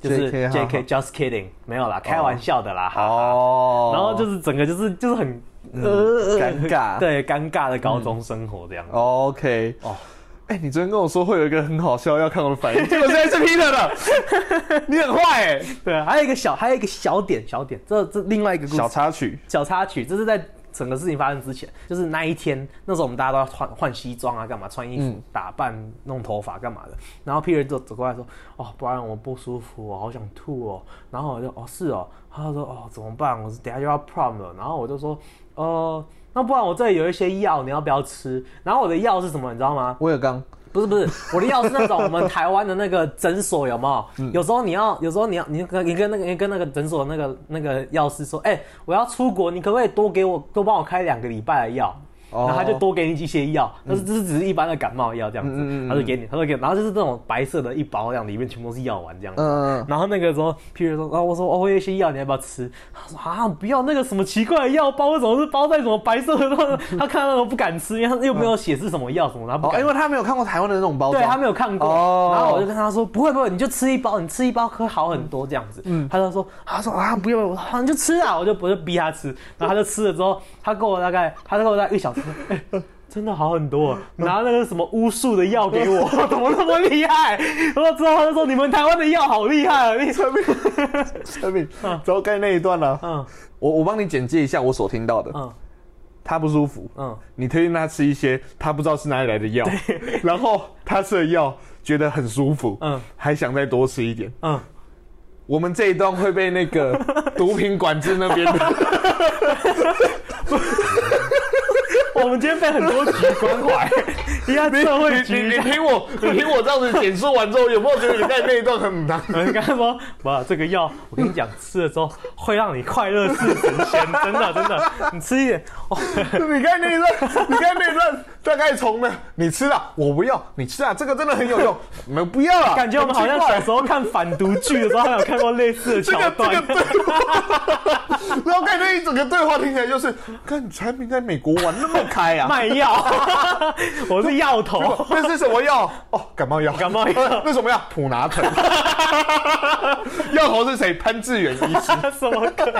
就是 JK 哈 J 哈 K just kidding，没有啦，开玩笑的啦，哈。哦然后就是是整个就是就是很呃尴尬对尴尬的高中生活这样。 OK 哦哦。哎、你昨天跟我说会有一个很好笑要看我的反 <laughs> 应，结果现在是 Peter 的， <laughs> 你很坏哎、对啊，还有一个小还有一个小点小点，这这另外一个故事小插曲，小插曲，这是在整个事情发生之前，就是那一天，那时候我们大家都要换换西装啊，干嘛穿衣服、打扮、弄头发干嘛的。然后 Peter 就走过来说：“哦，不然我不舒服，我好想吐哦。”然后我就：“哦，是哦。”他就说：“哦，怎么办？我等下就要 prom 了。”然后我就说：“呃，那不然我这里有一些药，你要不要吃？”然后我的药是什么，你知道吗？我有刚不是不是，我的药是那种我们台湾的那个诊所有没有？嗯有时候你要，有时候你要，你跟你跟那个你跟那个诊所那个那个药师说，哎、我要出国，你可不可以多给我多帮我开两个礼拜的药？哦然后他就多给你一些药，但是这是只是一般的感冒药这样子，嗯嗯嗯嗯嗯他就给你，他就给你，然后就是这种白色的一包这样，里面全部都是药丸这样子。嗯然后那个时候，Peter 说，然后我说，哦，我有一些药，你要不要吃？他说啊，不要那个什么奇怪的药包，为什么是包在什么白色的？他看到了不敢吃，因为他又没有嗯写是什么药什么的，他不哦，敢因为他没有看过台湾的那种包装，对他没有看过，哦然后我就跟他说不会不会，你就吃一包，你吃一包可以好很多这样子。他就说他说啊不用，我说好你就吃啊，我就我就逼他吃，然后他就吃了之后，他给我大概他给我大概一小时， <laughs> 哎、真的好很多，啊拿那个什么巫术的药给我，怎么那么厉害？然后之后他就说你们台湾的药好厉害啊，你陈明，陈明，然后该那一段了、啊嗯我我帮你简介一下我所听到的。嗯他不舒服，嗯，你推荐他吃一些他不知道是哪里来的药， <laughs> 然后他吃了药觉得很舒服，嗯嗯，还想再多吃一点。嗯，我们这一段会被那个 <laughs> 毒品管制那边 <laughs> 的，哦我们今天被很多局关怀，你还社会你局你长，听我，你听我这样子简述完之后，有没有觉得你在那一段很难？你刚才说哇，这个药我跟你讲，吃了之后会让你快乐似神仙，真的真的，你吃一点哦， <laughs> 你看那一段，你看那一段，大概从呢，你吃了，我不要，你吃了，啊这个真的很有用，没有不要了，感觉我们好像很奇怪小时候看反毒剧的时候，还有看过类似的这桥个段这。个 <laughs> 对 <laughs> 话，然后看那一整个对话听起来就是，看产品在美国玩那么开啊，卖药，我是药头，那是什么药？哦，感冒药，感冒药 <laughs> 呃那什么药？普拿疼。 <laughs> 药头是谁？潘志远医 <laughs> 师。什么鬼？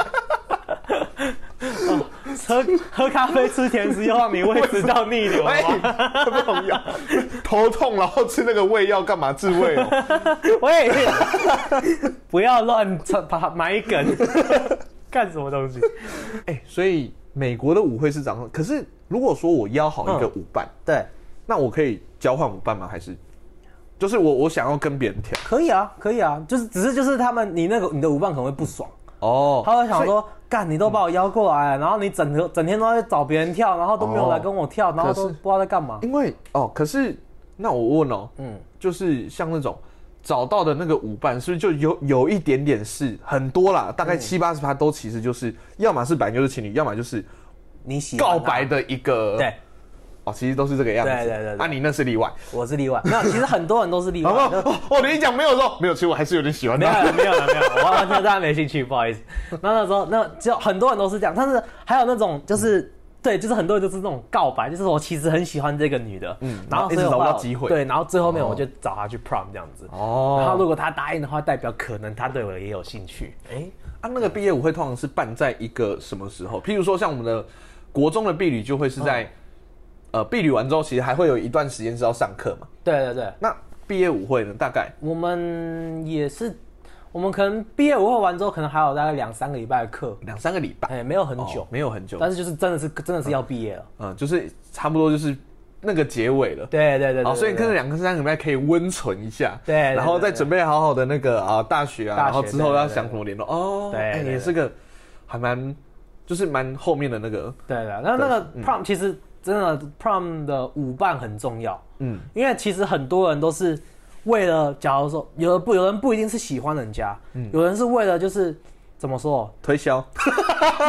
哦喝喝咖啡吃甜食又让你胃食道逆 <laughs> 流啊哎吗？，那种药，头痛，然后吃那个胃药干嘛治胃 <laughs> 哦？喂， <laughs> 不要乱插把埋梗， <laughs> 干什么东西？哎，所以美国的舞会是长，可是如果说我邀好一个舞伴，对，那我可以交换舞伴吗？还是就是我我想要跟别人跳？可以啊，可以啊，就是只是就是他们你那个你的舞伴可能会不爽，哦，嗯他会想说，干你都把我邀过来，然后你整个整天都在找别人跳，然后都没有来跟我跳，然后都哦可是不知道在干嘛。因为哦，可是那我问哦，嗯，就是像那种找到的那个舞伴，是不是就有有一点点是很多啦，大嗯概七八十趴都其实就是，要么是本来就是情侣，要么就是你喜欢他告白，的一个，对，哦，其实都是这个样子。对对对对啊，你那是例外。我是例外。没 <laughs> 有，其实很多人都是例然外后的。哦，哦，你一讲没有的时候，没有，其实我还是有点喜欢没有他。了，没有了，没有了，我完全对他没兴趣，不好意思。 <laughs> 那那时候，那就很多人都是这样，但是还有那种就是。对，就是很多人就是那种告白，就是我其实很喜欢这个女的，嗯然后一直所以我找不到后来机会对，然后最后面我就找她去 prom 这样子，哦然后如果她答应的话，代表可能她对我也有兴趣，哎，啊，那个毕业舞会通常是办在一个什么时候？譬如说，像我们的国中的毕旅就会是哦在，呃，毕旅完之后，其实还会有一段时间是要上课嘛。对对对，那毕业舞会呢，大概我们也是，我们可能毕业舞会完之后，可能还有大概两三个礼拜的课，两三个礼拜，哎，没有哦很久，哦没有很久，但是就是真的是真的是要毕业了，嗯，就是差不多就是那个结尾了。对对对对好，所以对跟对两个三个礼拜可以温存一下，对对然后再准备好好的那个啊大学啊，大学然后之后要想怎么联络哦，对哎对对也是个还蛮就是蛮后面的那个，对嗯的，那那个 prom 其实真的 prom 的舞伴很重要，嗯，因为其实很多人都是为了，假如说有的不有人不一定是喜欢人家，有人是为了就是怎么 <laughs> 说，推销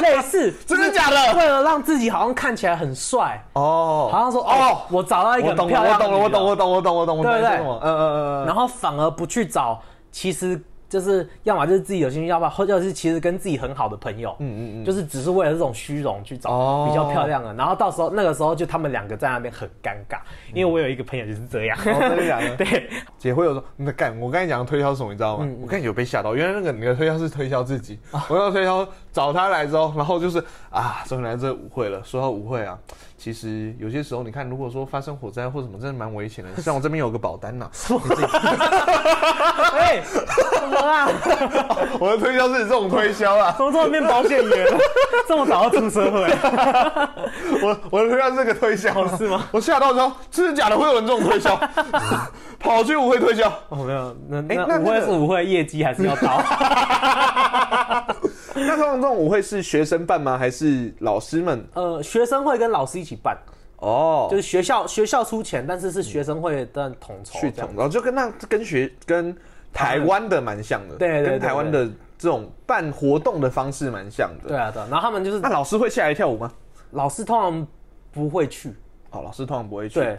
类似真的假的？为了让自己好像看起来很帅，哦，好像说哦哦，我找到一个我很懂漂了，我亮的懂了，我懂，女我的，懂，我懂，我懂，我懂，对不对你说什么嗯嗯嗯嗯，然后反而不去找，其实就是要么就是自己有兴趣，要么或者是其实跟自己很好的朋友，嗯嗯嗯，就是只是为了这种虚荣去哦找比较漂亮的，然后到时候那个时候就他们两个在那边很尴尬，因为我有一个朋友就是这样，嗯哦真的假 <laughs> 的对，姐会有说，那干，我刚才讲的推销是什么，你知道吗？我刚才有被吓到，原来那个你的推销是推销自己，我要推销找他来之后，然后就是啊，终于来这舞会了。说到舞会啊，其实有些时候你看，如果说发生火灾或什么，真的蛮危险的。像我这边有个保单 <laughs> 呐、哎，怎么啦？我的推销是这种推销啊，怎么突然变保险员了？ <laughs> 这么早就出社会了？我我的推销是这个推销、啊哦是吗？我吓到之后，真的假的？会有人这种 <laughs> 推销？跑去舞会推销？哦，没有，那哎那那舞会那个是舞会，业绩还是要 <laughs> 到。那通常这种舞会是学生办吗？还是老师们？呃，学生会跟老师一起办，哦，就是学校学校出钱，但是是学生会的统筹去哦这样统，然后就跟那跟学跟台湾的蛮像的，对对对跟台湾的这种办活动的方式蛮像的。对啊，对啊，然后他们就是那老师会下来跳舞吗？老师通常不会去，哦，老师通常不会去。对，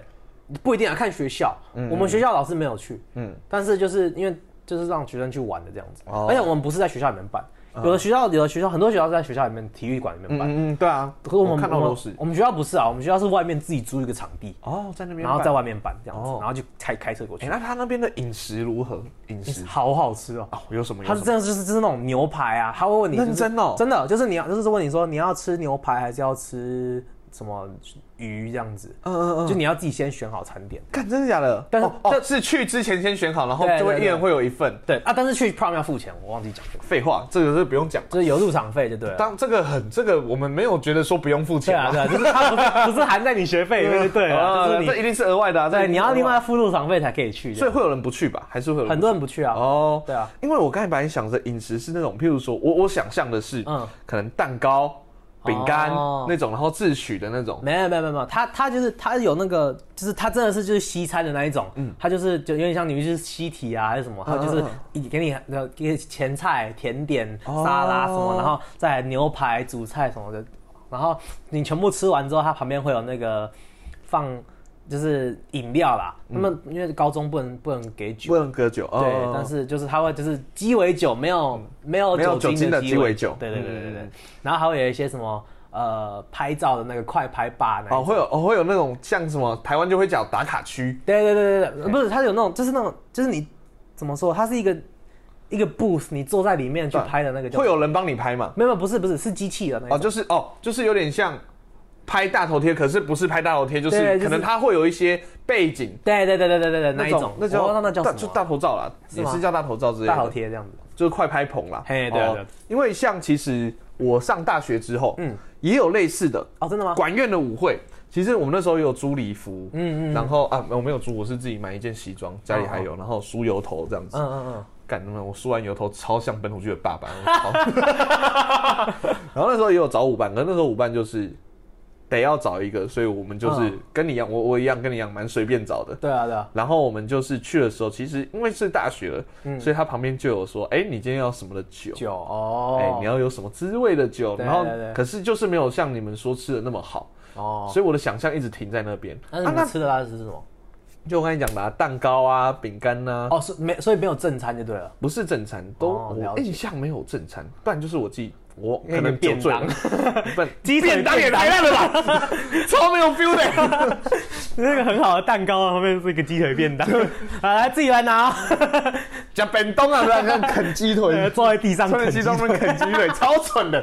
不一定啊，看学校。我们学校老师没有去，嗯嗯，但是就是因为就是让学生去玩的这样子，哦而且我们不是在学校里面办，有的学校有的学校很多学校是在学校里面体育馆里面办，嗯嗯，对啊，可是我们看到我都们是我们学校不是啊，我们学校是外面自己租一个场地，哦，在那边然办，后在外面办这样子哦，然后就开开车过哎，去，那他那边的饮食如何？饮食好好吃哦。哦，有什么？他是有什么真的就是就是那种牛排啊，他会问你、就是认真哦真的就是你要就是问你说你要吃牛排还是要吃什么鱼这样子，嗯嗯嗯，就你要自己先选好餐点。看真的假的？但是哦哦这是去之前先选好，然后对就会对一对人会有一份。对啊，但是去 prom 要付钱，我忘记讲了，废话，这个是不用讲。就是有入场费就对了。当这个很这个，我们没有觉得说不用付对钱啊，对啊，就是它不是不是含在你学费里面就 <laughs> 对了，啊就是这你一定是额外的啊。这一对定你是额要外另外付入场费才可以去这所以样。会有人不去吧？还是会有人很多人不去啊，哦，对啊，因为我刚才本来想着饮食是那种，譬如说我我想象的是，嗯可能蛋糕，饼干哦那种，然后自取的那种。没有没有没有没有，他他就是他有那个，就是他真的是就是西餐的那一种，他就是就有点像你们就是西提啊还是什么，他就是一给你呃给你前菜、甜点、哦沙拉什么，然后再来牛排、主菜什么的，然后你全部吃完之后，它旁边会有那个放就是饮料啦，那么因为高中不能不能给酒。不能割酒，对哦，嗯但是就是它会就是鸡尾酒，没有没有没有酒精精的鸡鸡尾尾酒对对对对对嗯嗯对嗯。然后还会有一些什么呃拍照的那个快拍吧那一哦种。会有哦会有那种像什么台湾就会讲打卡区，对对对对对对，不是它有那种就是那种就是你怎么说，它是一个一个 booth，你坐在里面去对拍的那个叫会有人帮你拍嘛？没有没有不是不是是机器的那哦，种。就是哦，就是有点像拍大头贴，可是不是拍大头贴，就对是就是可能它会有一些背景对对对对对对对，那一种那我不知叫道那叫大什就么啊大头照啦，是也吗是叫大头照之类的，大头贴这样子。就是快拍棚啦。哦嘿对啊对啊因为像其实我上大学之后，嗯嗯，也有类似的哦，真的吗？管院的舞会。其实我们那时候也有租礼服，嗯哦嗯嗯，然后啊，我没有租，我是自己买一件西装，家里还有，然后梳油头这样子嗯。嗯嗯，干他妈！我梳完油头超像本土剧的爸爸，我超 <laughs> 然后那时候也有找舞伴，可是那时候舞伴就是得要找一个，所以我们就是嗯跟你一样，我我一样跟你一样蛮随便找的。对啊对啊。然后我们就是去的时候，其实因为是大学了，所以他旁边就有说，哎、你今天要什么的嗯酒？酒哎、哦，你要有什么滋味的酒？对然后对对可是就是没有像你们说吃的那么好，哦，所以我的想象一直停啊在那边。那你们吃的它是什么？就我刚才讲的、啊、蛋糕啊、饼干呐，哦，是没，所以没有正餐就对了。不是正餐，都、哦了我解印象没有正餐，不然就是我自己我因为可能你便酒醉了， <laughs> 不然鸡腿便当也太烂了吧， <laughs> 超没有 feel 的。那个很好的蛋糕，后面是一个鸡腿便当。啊，来自己来拿哦，讲本东啊，不然 <laughs> 像啃鸡腿， <laughs> 坐在地上 <laughs> 穿啃着鸡西腿装。们啃鸡 <laughs> 腿，超蠢 <laughs> 的，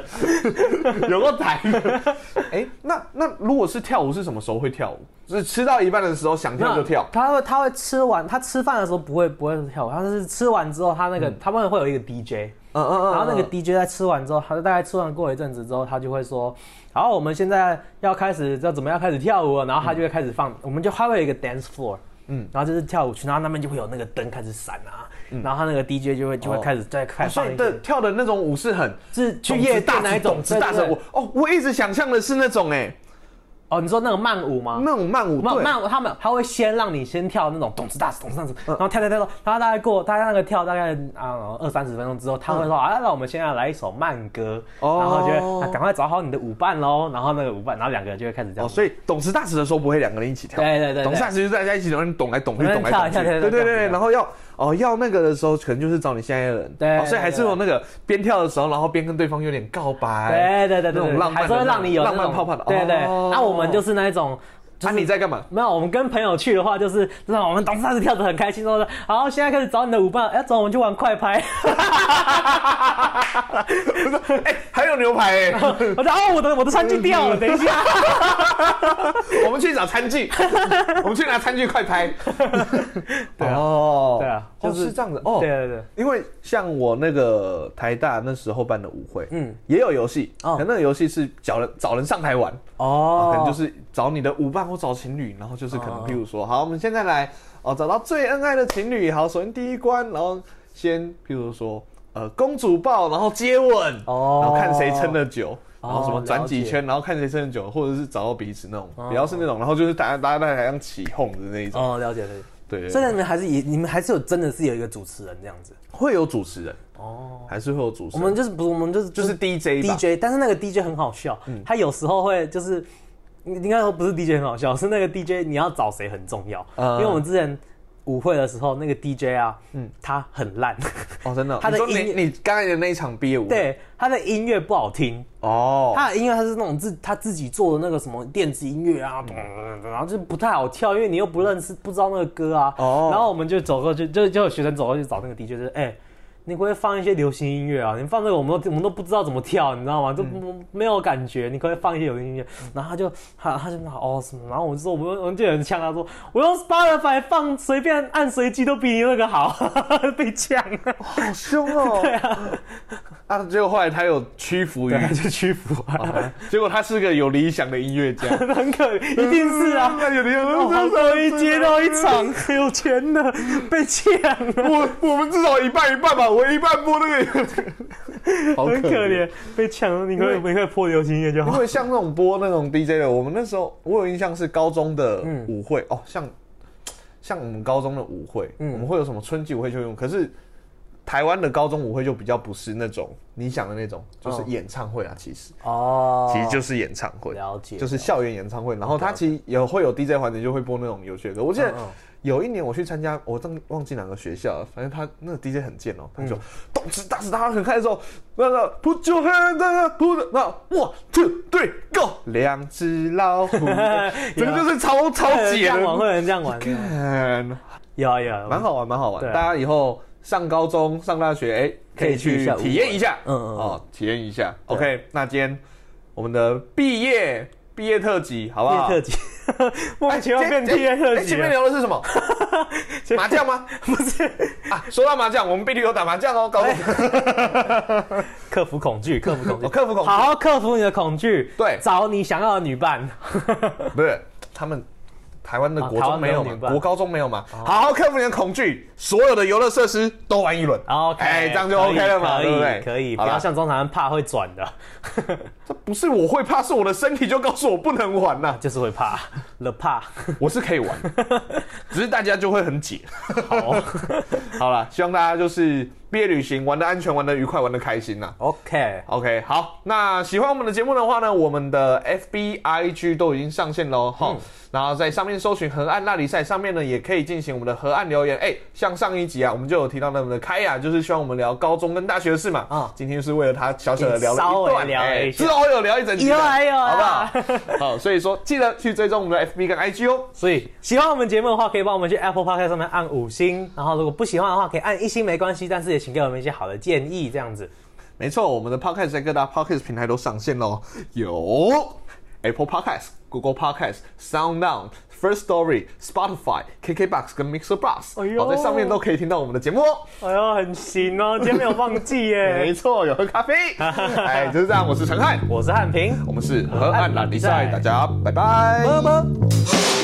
有个台。 <laughs> 哎、那那如果是跳舞是什么时候会跳舞？就是吃到一半的时候想跳就跳。他会他会吃完，他吃饭的时候不会不会跳舞，他是吃完之后，他那个、他们会有一个 DJ，嗯嗯嗯然后那个 DJ 在吃完之后，他大概吃完过一阵子之后，他就会说，好，我们现在要开始要怎么样开始跳舞了，然后他就会开始放，我们就他会有一个 dance floor。嗯，然后就是跳舞区，然后那边就会有那个灯开始闪啊，然后他那个 DJ 就会就会嗯哦开始在开始所放以一个的，跳的那种舞是很是去夜店那一种懂之大神对舞对对哦，我一直想象的是那种哎、哦，你说那个慢舞吗？那种慢舞，慢对慢舞，他们他会先让你先跳那种咚次大次咚嗯次大次，然后跳跳跳跳，然后大概过大概那个跳大概啊二三十分钟之后，他会说啊，那我们现在来一首慢歌，嗯哦然后就会啊赶快找好你的舞伴喽，然后那个舞伴，然后两个人就会开始这样哦，，所以懂事大使的时候不会两个人一起跳，对对对对懂事大使就是大家一起懂来懂来懂去我们懂来懂去，跳跳跳跳对对对跳对，跳然后要哦要那个的时候，可能就是找你现在的人，对哦所以还是有那个边跳的时候，然后边跟对方有点告白，对对对对那对，种浪漫的还是会让你有那种浪漫泡泡的对对，啊哦那我们就是那一种，就啊是你在干嘛？没有，我们跟朋友去的话，就是嗯知道我们当时他是跳得很开心，说好，现在开始找你的舞伴，哎，走，我们去玩快 <laughs> 拍。哎，还有牛排哎， <laughs> 我说哦，我的我的餐具掉了，等一哦下。我们去找餐 <laughs> 具，我们去拿餐具快拍，对哦，对啊就就是是这样子哦，对对对，因为像我那个台大那时候办的舞会，嗯嗯，也有游戏，哦可那个游戏是找人找人上台玩，哦可能就是找你的舞伴或找情侣，然后就是可能哦，譬如说，好，我们现在来哦，找到最恩爱的情侣，好，首先第一关，然后先譬如说，呃，公主抱，然后接吻，哦然后看谁撑的久。哦然后什么转几圈，然后看谁撑的久，或者是找到彼此那种，不要是那种，然后就是大家大家在台上起哄的那一种，哦，了解了解。对对，所以对你们还是以你们还是有真的是有一个主持人这样子。会有主持人，哦，还是会有主持我人，们就是不是我们就是就是 DJ 吧嗯 DJ，但是那个 DJ 很好笑，他有时候会就是你应该说不是 DJ 很好笑，是那个 DJ 你要找谁很重要，嗯因为我们之前。舞会的时候，那个 DJ 啊，嗯，他很烂， <laughs> 哦，真的哦，他的你说音乐你你刚才的那一场毕业舞，，对，他的音乐不好听，哦，他的音乐他是那种自他自己做的那个什么电子音乐啊，咚咚咚然后就不太好跳，因为你又不认识不知道那个歌啊。哦然后我们就走过去，就就有学生走过去找那个 DJ，就是哎、你可不可以放一些流行音乐啊？你放这个我们都我们都不知道怎么跳，你知道吗？就不、没有感觉。你可不可以放一些流行音乐？然后他就他他就拿哦什么，然后我就说我们我们就有人呛他说我用 Spotify 放随便 <laughs> 按随机都比你那个好，被呛。 <laughs> 好凶哦，对啊， <laughs> 啊，结果后来他有屈服于 <laughs> 对，就屈服啊，结果他是个有理想的音乐家， <laughs> 很可怜，一定 <laughs> 是啊。有理想我的音乐家。好不容易接到一场有钱的，被抢了，我我们至少一半一半吧，我一半播 <laughs> 那个，好很可怜。，被抢了，你可以因你可以破流行音乐就因好。为像那种播那种 DJ 的，我们那时候我有印象是高中的嗯舞会、哦，像像我们高中的舞会，嗯我们会有什么春季舞会、秋季舞会，可是台湾的高中舞会就比较不是那种你想的那种，就是哦演唱会啊，其实、哦其实就是演唱会，了解，就是校园演唱会，然后它其实也会有 DJ 环节，就会播那种有趣的歌。我记得嗯嗯有一年我去参加，我真忘记哪个学校了，反正他那个 DJ 很贱哦，他嗯就动次打次打很开的时候，那个 Put your hand up, put 那 one two three go，两只 <laughs> 老虎，整个就是超超这解 <laughs> 样玩的，会有人这样玩，嗯有啊有啊，蛮好玩，蛮好玩。对啊大家以后上高中、上大学，哎，可可以以去一去下体验一下，嗯嗯嗯哦，体验一下。对啊 OK，那今天我们的毕业毕业特辑，好不毕业好？特辑，莫名其妙变毕业特哎辑前面了，聊的是什么？ <laughs> 前面麻将吗？不是啊，说到麻将，我们必须有打麻将哦，高中哎克服恐惧，克服恐惧，我克服恐好好克服你的恐惧，对找你想要的女伴，不是他们台湾的啊国台中湾没有没有嘛女，哦伴国高中没有嘛，好好克服你的恐惧，所有的游乐设施都玩一轮。哦 OK，哎这样就可以 OK 了嘛可对不以对可以，不好啦要像中南怕会转的，这不是我会怕，是我的身体就告诉我不能玩呐、就是会怕了怕， <laughs> 我是可以玩， <laughs> 只是大家就会很解。好好了，希望大家就是毕业旅行玩的安全，玩的愉快，玩的开心呐、 ，OK， OK，好，那喜欢我们的节目的话呢，我们的 FB、IG 都已经上线喽，嗯哈、然后在上面搜寻河岸拉力赛，上面呢也可以进行我们的河岸留言。哎、像上一集啊，我们就有提到那我们的开雅，就是希望我们聊高中跟大学的事嘛。嗯今天是为了他小小的聊了稍一微段，哎聊了一下之后有聊一整集的，有啊有啊好不好？好，所以说记得去追踪我们的 FB 跟 IG 哦。所以喜欢我们节目的话，可以帮我们去 Apple Podcast 上面按五星，然后如果不喜欢的话，可以按一星没关系，但是也请给我们一些好的建议，这样子。没错，我们的 Podcast 在各大 Podcast 平台都上线喽，有 Apple Podcast、Google Podcast、Sound On、First Story、Spotify、KKBox 跟 Mixer Box，哎呦好、在上面都可以听到我们的节目哦。哎呦，很行哦，今天没有忘记 <laughs> 没耶。错，有喝咖啡。哎，就是这样，我是陈汉，我是汉平，我们是河岸懒比赛，大家拜拜。么么。 「